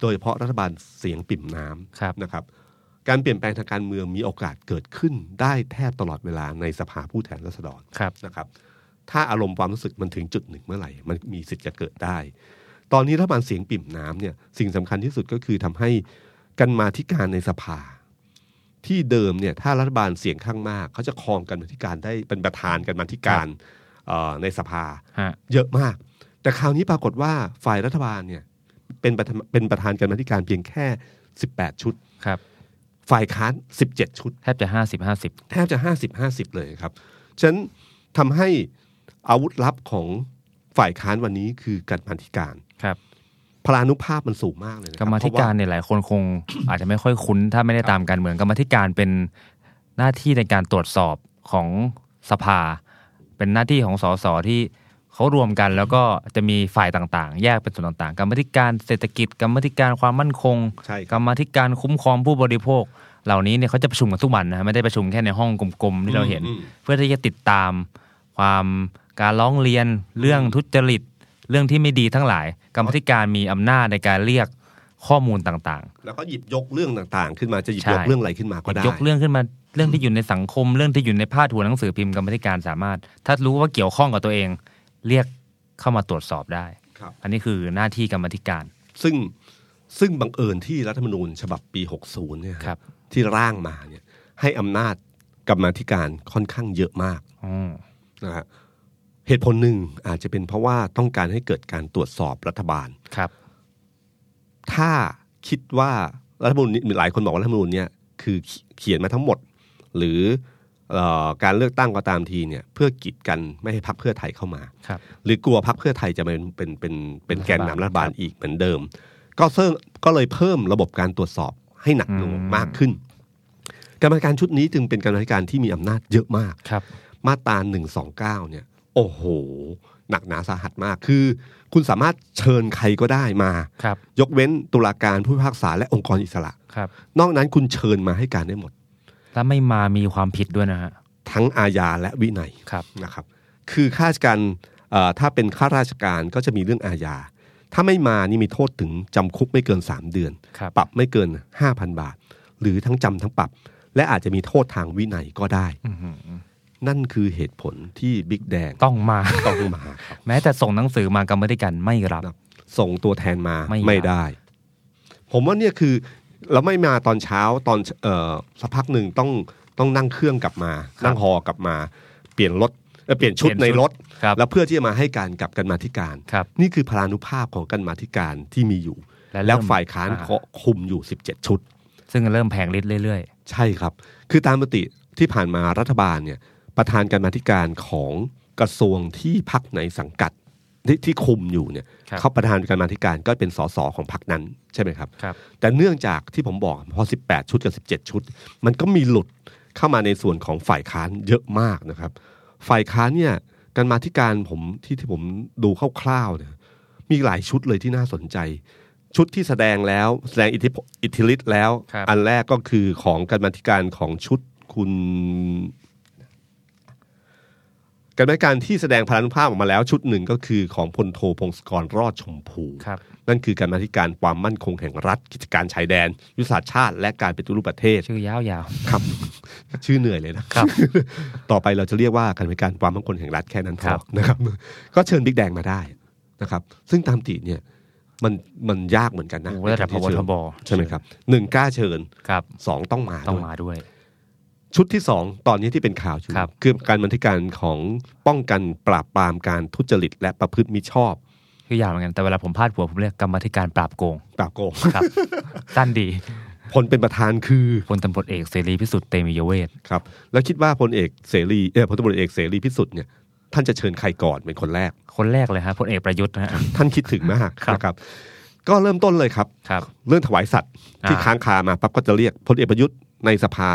โดยเฉพาะรัฐบาลเสียงปิ่มน้ ครับ ำนะครับ การเปลี่ยนแปลงทางการเมืองมีโอกาสเกิดขึ้นได้แทบตลอดเวลาในสภาผู้แทนราษฎร ครับ นะครับถ้าอารมณ์ความรู้สึกมันถึงจุดหนึ่งเมื่อไหร่ มันมีสิทธิ์จะเกิดได้ ตอนนี้รัฐบาลเสียงปิ่มน้ำเนี่ยสิ่งสำคัญที่สุดก็คือทำให้กันมาธิการในสภา ที่เดิมเนี่ยถ้ารัฐบาลเสียงข้างมากเขาจะครองกันมาธิการได้เป็นประธานกันมาธิการเอ่อในสภา ฮะ เยอะมาก แต่คราวนี้ปรากฏว่าฝ่ายรัฐบาลเนี่ยเป็นประธานเป็นประธานกันมาธิการเพียงแค่ 18 ชุด ครับ ฝ่ายค้าน 17 ชุด แทบจะห้าสิบห้าสิบ แทบจะ 50 50 เลยครับ ฉะนันทำให้อาวุธลับของฝ่ายค้านวันนี้คือการพันธิการ ครับ พลานุภาพมันสูงมากเลยนะค กร บ รมาธิ เพะว่ การเนี่ยหลายคนคง อาจจะไม่ค่อยคุ้น ถ้าไม่ได้ตามการเมืองกรรมาธิการเป็นหน้าที่ในการตรวจสอบของสภา เป็นหน้าที่ของสสที่เขารวมกัน แล้วก็จะมีฝ่ายต่างๆ แยกเป็นส่วนต่างๆ กรรมาธิการเศรษฐกิจกรรมาธิการความมั่นคง ใช่ครับ กรรมาธิการคุ้มครองผู้บริโภค เหล่านี้เนี่ยเขาจะประชุมกันทุกวันนะฮะไม่ได้ประชุมแค่ในห้องกลมๆที่เราเห็น อืมอืม เพื่อที่จะติดตามความการร้องเรียนเรื่องทุจริต เรื่องที่ไม่ดีทั้งหลาย กรรมธิการมีอำนาจในการเรียกข้อมูลต่าง แล้วก็หยิบยกเรื่องต่างๆ ขึ้นมาจะหยิบ ๆใช่ ยกเรื่องอะไรขึ้นมาก็ได้ ยกเรื่องขึ้นมาเรื่องที่อยู่ในสังคม เรื่องที่อยู่ในพาดหัวหนังสือพิมพ์กรรมธิการสามารถ ถ้ารู้ว่าเกี่ยวข้องกับตัวเอง เรียกเข้ามาตรวจสอบได้ ครับ อันนี้คือหน้าที่กรรมธิการ ซึ่งซึ่งบังเอิญที่รัฐธรรมนูญฉบับปี 60 เนี่ย ครับ ที่ร่างมาเนี่ยให้อำนาจกรรมาธิการค่อนข้างเยอะมาก อืม นะฮะเหตุผลหนึ่งอาจจะเป็นเพราะว่าต้องการให้เกิดการตรวจสอบรัฐบาล ครับ ถ้าคิดว่ารัฐธรรมนูญมีหลายคนบอกว่ารัฐธรรมนูญเนี่ยคือเขียนมาทั้งหมด หรือเออการเลือกตั้งก็ตามทีเนี่ยเพื่อกีดกันไม่ให้พรรคเพื่อไทยเข้ามา ครับ หรือกลัวพรรคเพื่อไทยจะเป็นเป็นเป็นเป็นแกนนำ รัฐบาล รัฐบาลอีกเหมือนเดิม ก็เพิ่มก็เลยเพิ่มระบบการตรวจสอบให้หนักหน่วง อืม มากขึ้น กรรมการชุดนี้จึงเป็นกรรมการที่มีอำนาจเยอะมาก ครับ มาตราหนึ่งสองเก้าเนี่ย โอ้โห หนักหนาสาหัสมาก คือ คุณสามารถเชิญใครก็ได้มา ครับ ยกเว้นตุลาการผู้พิพากษาและองค์กรอิสระ ครับ นอกนั้นคุณเชิญมาให้การได้หมด ถ้าไม่มามีความผิดด้วยนะฮะ ทั้งอาญาและวินัย ครับ นะครับ คือข้าราชการเอ่อถ้าเป็นข้าราชการก็จะมีเรื่องอาญา ถ้าไม่มานี่มีโทษถึงจำคุกไม่เกิน 3 เดือน ครับ ปรับไม่เกิน 5,000 บาท หรือทั้งจำทั้งปรับ และอาจจะมีโทษทางวินัยก็ได้ อื้อหือ นั่นคือเหตุผลที่บิ๊กแดง ต้องมา ต้องมาครับ แม้แต่ส่งหนังสือมากรรมธิการไม่รับ ครับส่งตัวแทนมา ไม่ได้ ไม่ได้ ผมว่าเนี่ยคือเราไม่มาตอนเช้าตอนเอ่อสักพักหนึ่งต้อง ต้องนั่งเครื่องกลับมา ครับ นั่งฮอกลับมา เปลี่ยนรถเอ่อเปลี่ยนชุดในรถ ครับ แล้วเพื่อที่จะมาให้การกับกันมาธิการ ครับ นี่คือพลานุภาพของกันมาธิการที่มีอยู่ และเริ่ม แล้วฝ่ายค้าน อ่า ก็คุมอยู่ 17 ชุด ซึ่งเริ่มแผงฤทธิ์เรื่อย ใช่ครับ คือตามปกติที่ผ่านมารัฐบาลเนี่ยประธานการมาธิการของกระทรวงที่พักไหนสังกัดที่ที่คุมอยู่เนี่ย ครับ เขาประธานการมาธิการก็เป็นสสของพักนั้นใช่ไหมครับ ๆ ครับ แต่เนื่องจากที่ผมบอกพอ 18 ชุดกับ 17 ชุด มันก็มีหลุดเข้ามาในส่วนของฝ่ายค้านเยอะมากนะครับ ฝ่ายค้านเนี่ยการมาธิการผมที่ที่ผมดูคร่าวๆเนี่ยมีหลายชุดเลยที่น่าสนใจ ชุดที่แสดงแล้วแสดงอิทธิพลอิทธิฤทธิ์แล้ว ครับ อันแรกก็คือของการมาธิการของชุดคุณการมาธิการที่แสดงพลานุภาพออกมาแล้ว ชุดหนึ่งก็คือของพลโทพงศกรรอดชมพู ครับ นั่นคือการมาธิการความมั่นคงแห่งรัฐ กิจการชายแดน ยุทธศาสตร์ชาติและการปฏิรูปประเทศ ชื่อยาว ครับ ชื่อเหนื่อยเลยนะ ๆ ครับ ต่อไปเราจะเรียกว่าการมาธิการความมั่นคงแห่งรัฐแค่นั้นพ ค อ รับ นะครับ ก็เชิญบิ๊กแดงมาได้นะครับ ซึ่งตามติเนี่ยมันมันยากเหมือนกันนะ โอ้โหระดับพบทบ ใช่ไหมครับหนึ่งกล้าเชิญ ครับ สองต้องมา ต้อง ด้วย มาด้วย ชุดที่สองตอนนี้ที่เป็นข่าวอยู่ ครับ คือการบันทึการของป้องกันปราบปรามการทุจริตและประพฤติมิชอบ ชื่อยาวเหมือนกันแต่เวลาผมพลาดหัวผมเรียกกรรมาธิการปราบโกง ปราบโกง ครับสั้นดี พลเป็นประธานคือ พลตำรวจเอกเสรีพิสุทธิ์เตมียเวท ครับแล้วคิดว่าพลเอกเสรีเออพลตำรวจเอกเสรีพิสุทธิ์เนี่ยท่านจะเชิญใครก่อนเป็นคนแรก คนแรกเลยฮะพลเอกประยุทธ์นะฮะ ท่านคิดถึงมาก ครับ นะครับ ก็เริ่มต้นเลยครับ ครับ เรื่องถวายสัตว์ที่ อ่า ค้างคามาปั๊บก็จะเรียกพลเอกประยุทธ์ในสภา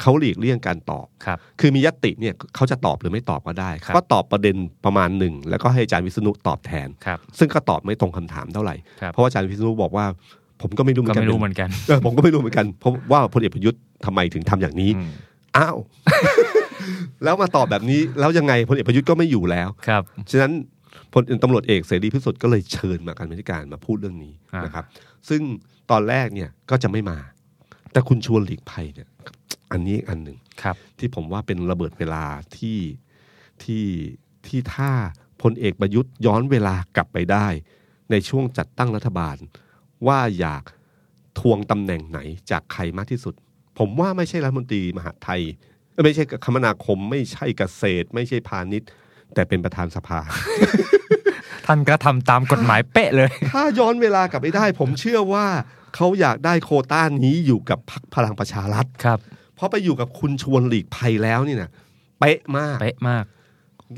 เขาหลีกเลี่ยงการตอบ ครับ คือมียติเนี่ยเขาจะตอบหรือไม่ตอบก็ได้ ครับ ก็ตอบประเด็นประมาณหนึ่งแล้วก็ให้อาจารย์วิษณุตอบแทน ครับ ซึ่งก็ตอบไม่ตรงคำถามเท่าไหร่ ครับ เพราะว่าอาจารย์วิษณุบอกว่า ผมก็ไม่รู้เหมื ก็ อนกัน ไม่รู้เหมือนกัน เออผมก็ไม่รู้เหมือนกันเพราะว่าพลเอกประยุทธ์ทำไมถึงทำอย่างนี้ อืม อ้าว แล้วมาตอบแบบนี้แล้วยังไงพลเอกประยุทธ์ก็ไม่อยู่แล้ว ครับ ฉะนั้นพลตำรวจเอกเสรีพิสุทธิ์ก็เลยเชิญมาการบรรณาธิการมาพูดเรื่องนี้ อ่าน นะครับ ซึ่งตอนแรกเนี่ยก็จะไม่มา แต่คุณชวนหลีกภัยเนี่ย อันนี้อันหนึ่ง ครับ ที่ผมว่าเป็นระเบิดเวลาที่ที่ที่ถ้าพลเอกประยุทธ์ย้อนเวลากลับไปได้ ในช่วงจัดตั้งรัฐบาล ว่าอยากทวงตำแหน่งไหนจากใครมากที่สุด ผมว่าไม่ใช่รัฐมนตรีมหาดไทยเอ้ยไม่ใช่คมนาคม ไม่ใช่เกษตร ไม่ใช่พาณิชย์ แต่เป็นประธานสภา ท่านก็ทำตามกฎหมายเป๊ะเลย ถ้าย้อนเวลากลับไปได้ ผมเชื่อว่าเขาอยากได้โควต้านี้อยู่กับพรรคพลังประชารัฐ ครับ เพราะไปอยู่กับคุณชวนหลีกภัยแล้วนี่นะเป๊ะมาก เป๊ะมาก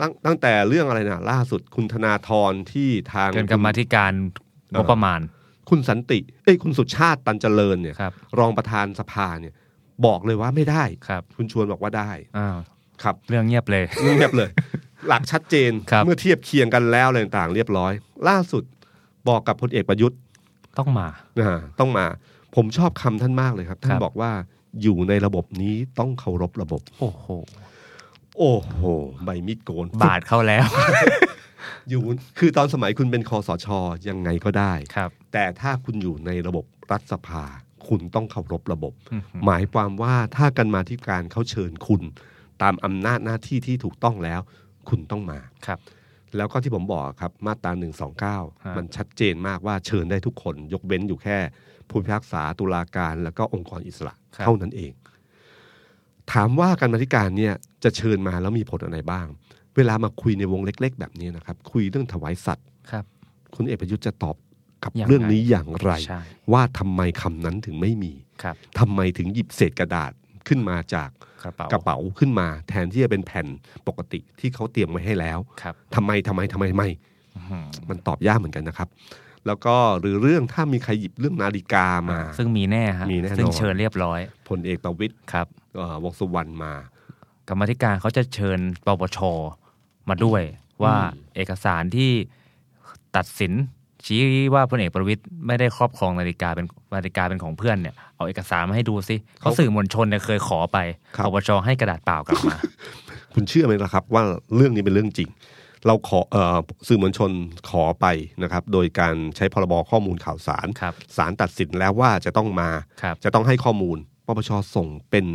ตั้งตั้งแต่เรื่องอะไรนะล่าสุดคุณธนาธรที่ทาง เกินกรรมาธิการงบประมาณ คุณสันติเอ้ยคุณสุชาติตันเจริญเนี่ย ครับ รองประธานสภาเนี่ย บอกเลยว่าไม่ได้ ครับ คุณชวนบอกว่าได้ อ้าว ครับ เรื่องเงียบเลย เงียบเลย หลักชัดเจน ครับ เมื่อเทียบเคียงกันแล้วอะไรต่างๆเรียบร้อย ล่าสุดบอกกับพลเอกประยุทธ์ ต้องมา นะฮะต้องมาผมชอบคำท่านมากเลยครับ ท่า คน รับ บอกว่าอยู่ในระบบนี้ต้องเคารพระบบ โอ้โห โอ้โหใบมีดโกน บาดเข้าแล้ว อยู่คือตอนสมัยคุณเป็นคอสชยังไงก็ได้ ครับ แต่ถ้าคุณอยู่ในระบบรัฐสภา คุณต้องเคารพระบบ อืม หมายความว่าถ้ากันมาที่การเขาเชิญคุณ ตามอำนาจหน้าที่ที่ถูกต้องแล้ว คุณต้องมา ครับ แล้วก็ที่ผมบอกครับมาตรา 129 ฮะ มันชัดเจนมากว่าเชิญได้ทุกคน ยกเว้นอยู่แค่ ผู้พิพากษาตุลาการแล้วก็องค์กรอิสระ เท่านั้นเอง ถามว่าการมาธิการเนี่ยจะเชิญมาแล้วมีผลอะไรบ้าง เวลามาคุยในวงเล็ก ๆ แบบนี้นะครับ คุยเรื่องถวายสัตว์ ครับ คุณเอกประยุทธ์จะตอบกับ ยังไง เรื่องนี้อย่างไร ใช่ ว่าทำไมคำนั้นถึงไม่มี ครับ ทำไมถึงหยิบเศษกระดาษขึ้นมาจาก กระเป๋าก ระเป๋าขึ้นมา แทนที่จะเป็นแผ่นปกติที่เขาเตรียมไว้ให้แล้ว ครับ ทำไมทำไมทำไมทำไม อื้อหือ มันตอบยากเหมือนกันนะครับ แล้วก็หรือเรื่องถ้ามีใครหยิบเรื่องนาฬิกามา ซึ่งมีแน่ฮะ มีแน่นอน ซึ่งเชิญเรียบร้อย พลเอกประวิตย ครับ เอ่อวงษ์สุวรรณมา กรรมาธิการเขาจะเชิญปปชมาด้วยว่าเอกสารที่ตัดสิน ชี้ว่าพลเอกประวิตยไม่ได้ครอบครองนาฬิกาเป็นนาฬิกาเป็นของเพื่อนเนี่ยเอาเอกสารมาให้ดูสิเขาะสื่อมวลชนเนี่ยเคยขอไป ครับ ปปชให้กระดาษเปล่ากลับมา คุณเชื่อไหมล่ะครับว่าเรื่องนี้เป็นเรื่องจริง เราขอเออสื่อมวลชนขอไปนะครับ โดยการใช้พรบข้อมูลข่าวสาร ครับ สารตัดสินแล้วว่าจะต้องมา ครับ จะต้องให้ข้อมูลปปชส่งเป็น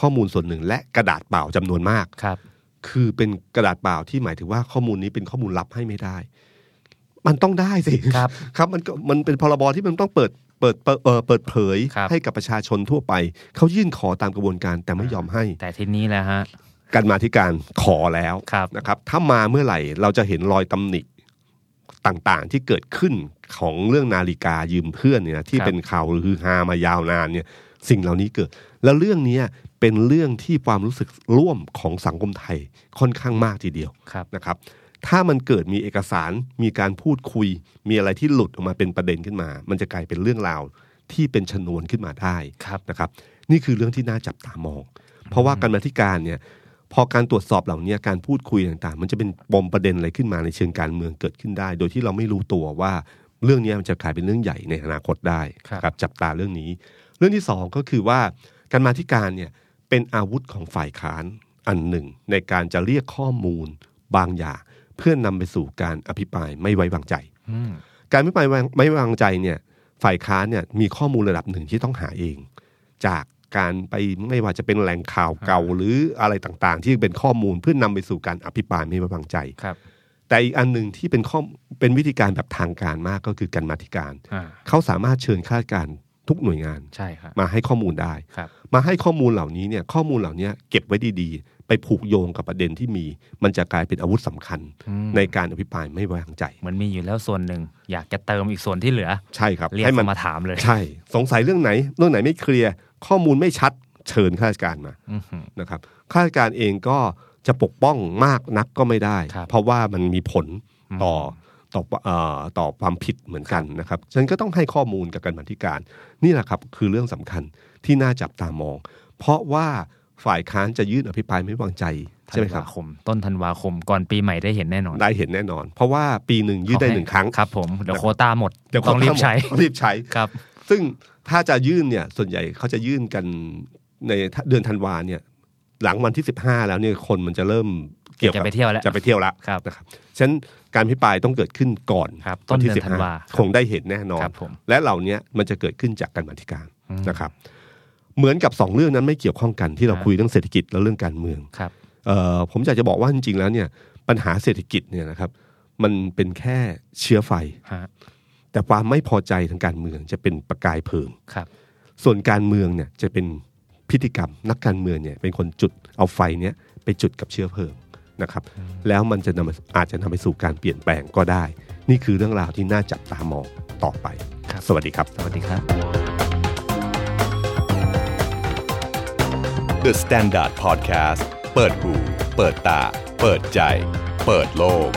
ข้อมูลส่วนหนึ่ง และกระดาษเปล่าจำนวนมาก ครับ คือเป็นกระดาษเปล่าที่หมายถึงว่าข้อมูลนี้เป็นข้อมูลลับให้ไม่ได้ มันต้องได้สิ ครับ ครับมันก็มันเป็นพรบที่มันต้องเปิด เปิดเปิดเอ่อเปิดเผย ครับ ให้กับประชาชนทั่วไป เขายื่นขอตามกระบวนการแต่ไม่ยอมให้ แต่ทีนี้แหละฮะ การมาธิการขอแล้ว ครับ นะครับ ถ้ามาเมื่อไหร่เราจะเห็นรอยตำหนิต่างๆ ที่เกิดขึ้นของเรื่องนาฬิกายืมเพื่อนเนี่ยนะที่ ครับ เป็นข่าวฮือฮามายาวนานเนี่ย สิ่งเหล่านี้เกิด แล้วเรื่องเนี้ยเป็นเรื่องที่ความรู้สึกร่วมของสังคมไทยค่อนข้างมากทีเดียว ครับ นะครับถ้ามันเกิดมีเอกสารมีการพูดคุย มีอะไรที่หลุดออกมาเป็นประเด็นขึ้นมา มันจะกลายเป็นเรื่องราวที่เป็นชนวนขึ้นมาได้ ครับ นะครับ นี่คือเรื่องที่น่าจับตามอง เพราะว่าการมาธิการเนี่ยพอการตรวจสอบเหล่านี้การพูดคุยต่างๆ มันจะเป็นปมประเด็นอะไรขึ้นมาในเชิงการเมืองเกิดขึ้นได้ โดยที่เราไม่รู้ตัวว่าเรื่องนี้มันจะกลายเป็นเรื่องใหญ่ในอนาคตได้ ครับ ครับจับตาเรื่องนี้ เรื่องที่สองก็คือว่าการมาธิการเนี่ยเป็นอาวุธของฝ่ายค้านอันหนึ่ง ในการจะเรียกข้อมูลบางอย่าง เพื่อนำไปสู่การอภิปรายไม่ไว้วางใจ อืม การไม่ไปวางไม่วางใจเนี่ยฝ่ายค้านเนี่ยมีข้อมูลระดับหนึ่งที่ต้องหาเอง จากการไปไม่ว่าจะเป็นแหล่งข่าวเก่าหรืออะไรต่างๆ ที่เป็นข้อมูลเพื่อนนำไปสู่การอภิปรายไม่ไว้วางใจ ครับ แต่อีกอันหนึ่งที่เป็นข้อเป็นวิธีการแบบทางการมากก็คือการมาธิการ อ่า เขาสามารถเชิญข้าราชการทุกหน่วยงาน ใช่ครับ มาให้ข้อมูลได้ ครับ มาให้ข้อมูลเหล่านี้เนี่ยข้อมูลเหล่านี้เก็บไว้ดีๆ ไปผูกโยงกับประเด็นที่มี มันจะกลายเป็นอาวุธสำคัญ อืม ในการอภิปรายไม่ไว้วางใจ เหมือนมีอยู่แล้วส่วนหนึ่ง อยากจะเติมอีกส่วนที่เหลือ ใช่ครับ เรียก ให้มัน เข้ามาถามเลย ใช่ สงสัยเรื่องไหน เรื่องไหนไม่เคลียร์ข้อมูลไม่ชัดเชิญข้าราชการมา อื้อหือ นะครับข้าราชการเองก็จะปกป้องมากนักก็ไม่ได้ ครับ เพราะว่ามันมีผลต่อต่อเอ่อต่อความผิดเหมือนกันนะครับฉะนันก็ต้องให้ข้อมูลกับการบันธิการนี่แหละครับคือเรื่องสำคัญที่น่าจับตามอง เพราะว่าฝ่ายค้านจะยื่นอภิปรายไม่วางใจใช่ไหมค ธั รั น บ วาคม ต้นธันวาคมก่อนปีใหม่ได้เห็นแน่นอน ได้เห็นแน่นอน เพราะว่าปีหนึ่งยื่นได้หนึ่งครั้ง ครับผมเดี๋ยว นะครับ โควต้าหมด เดี๋ยว ต้องรีบใช้ ต้องรีบใช้ ครับ ซึ่งถ้าจะยื่นเนี่ยส่วนใหญ่เขาจะยื่นกันในเดือนธันวาเนี่ยหลังวันที่ 15 แล้วเนี่ยคนมันจะเริ่มเกี่ยวกับ จะไปเที่ยวแล้ว จะไปเที่ยวแล้ว ครับ นะครับฉะนั้นการพิปรายต้องเกิดขึ้นก่อน ครับต้ วัน ที่ เดือนธันวา 15คงได้เห็นแน่นอน ครับผม และเหล่าเนี้ยมันจะเกิดขึ้นจากการบันธิการ อืม นะครับ เหมือนกับสองเรื่องนั้นไม่เกี่ยวข้องกันที่เรา ครับ คุยเรื่องเศรษฐกิจและเรื่องการเมือง ครับ เอ่อผมอยากจะบอกว่าจริงๆแล้วเนี่ยปัญหาเศรษฐกิจเนี่ยนะครับ มันเป็นแค่เชื้อไฟ ฮะ แต่ความไม่พอใจทางการเมืองจะเป็นประกายเพลิง ครับ ส่วนการเมืองเนี่ยจะเป็นพิธีกรรมนักการเมืองเนี่ยเป็นคนจุดเอาไฟเนี้ยไปจุดกับเชื้อเพลิงนะครับ แล้วมันจะนำอาจจะนำไปสู่การเปลี่ยนแปลงก็ได้ นี่คือเรื่องราวที่น่าจับตามองต่อไป ครับ สวัสดีครับ สวัสดีครับ The Standard Podcast เปิดหูเปิดตา เปิดใจ เปิดโลก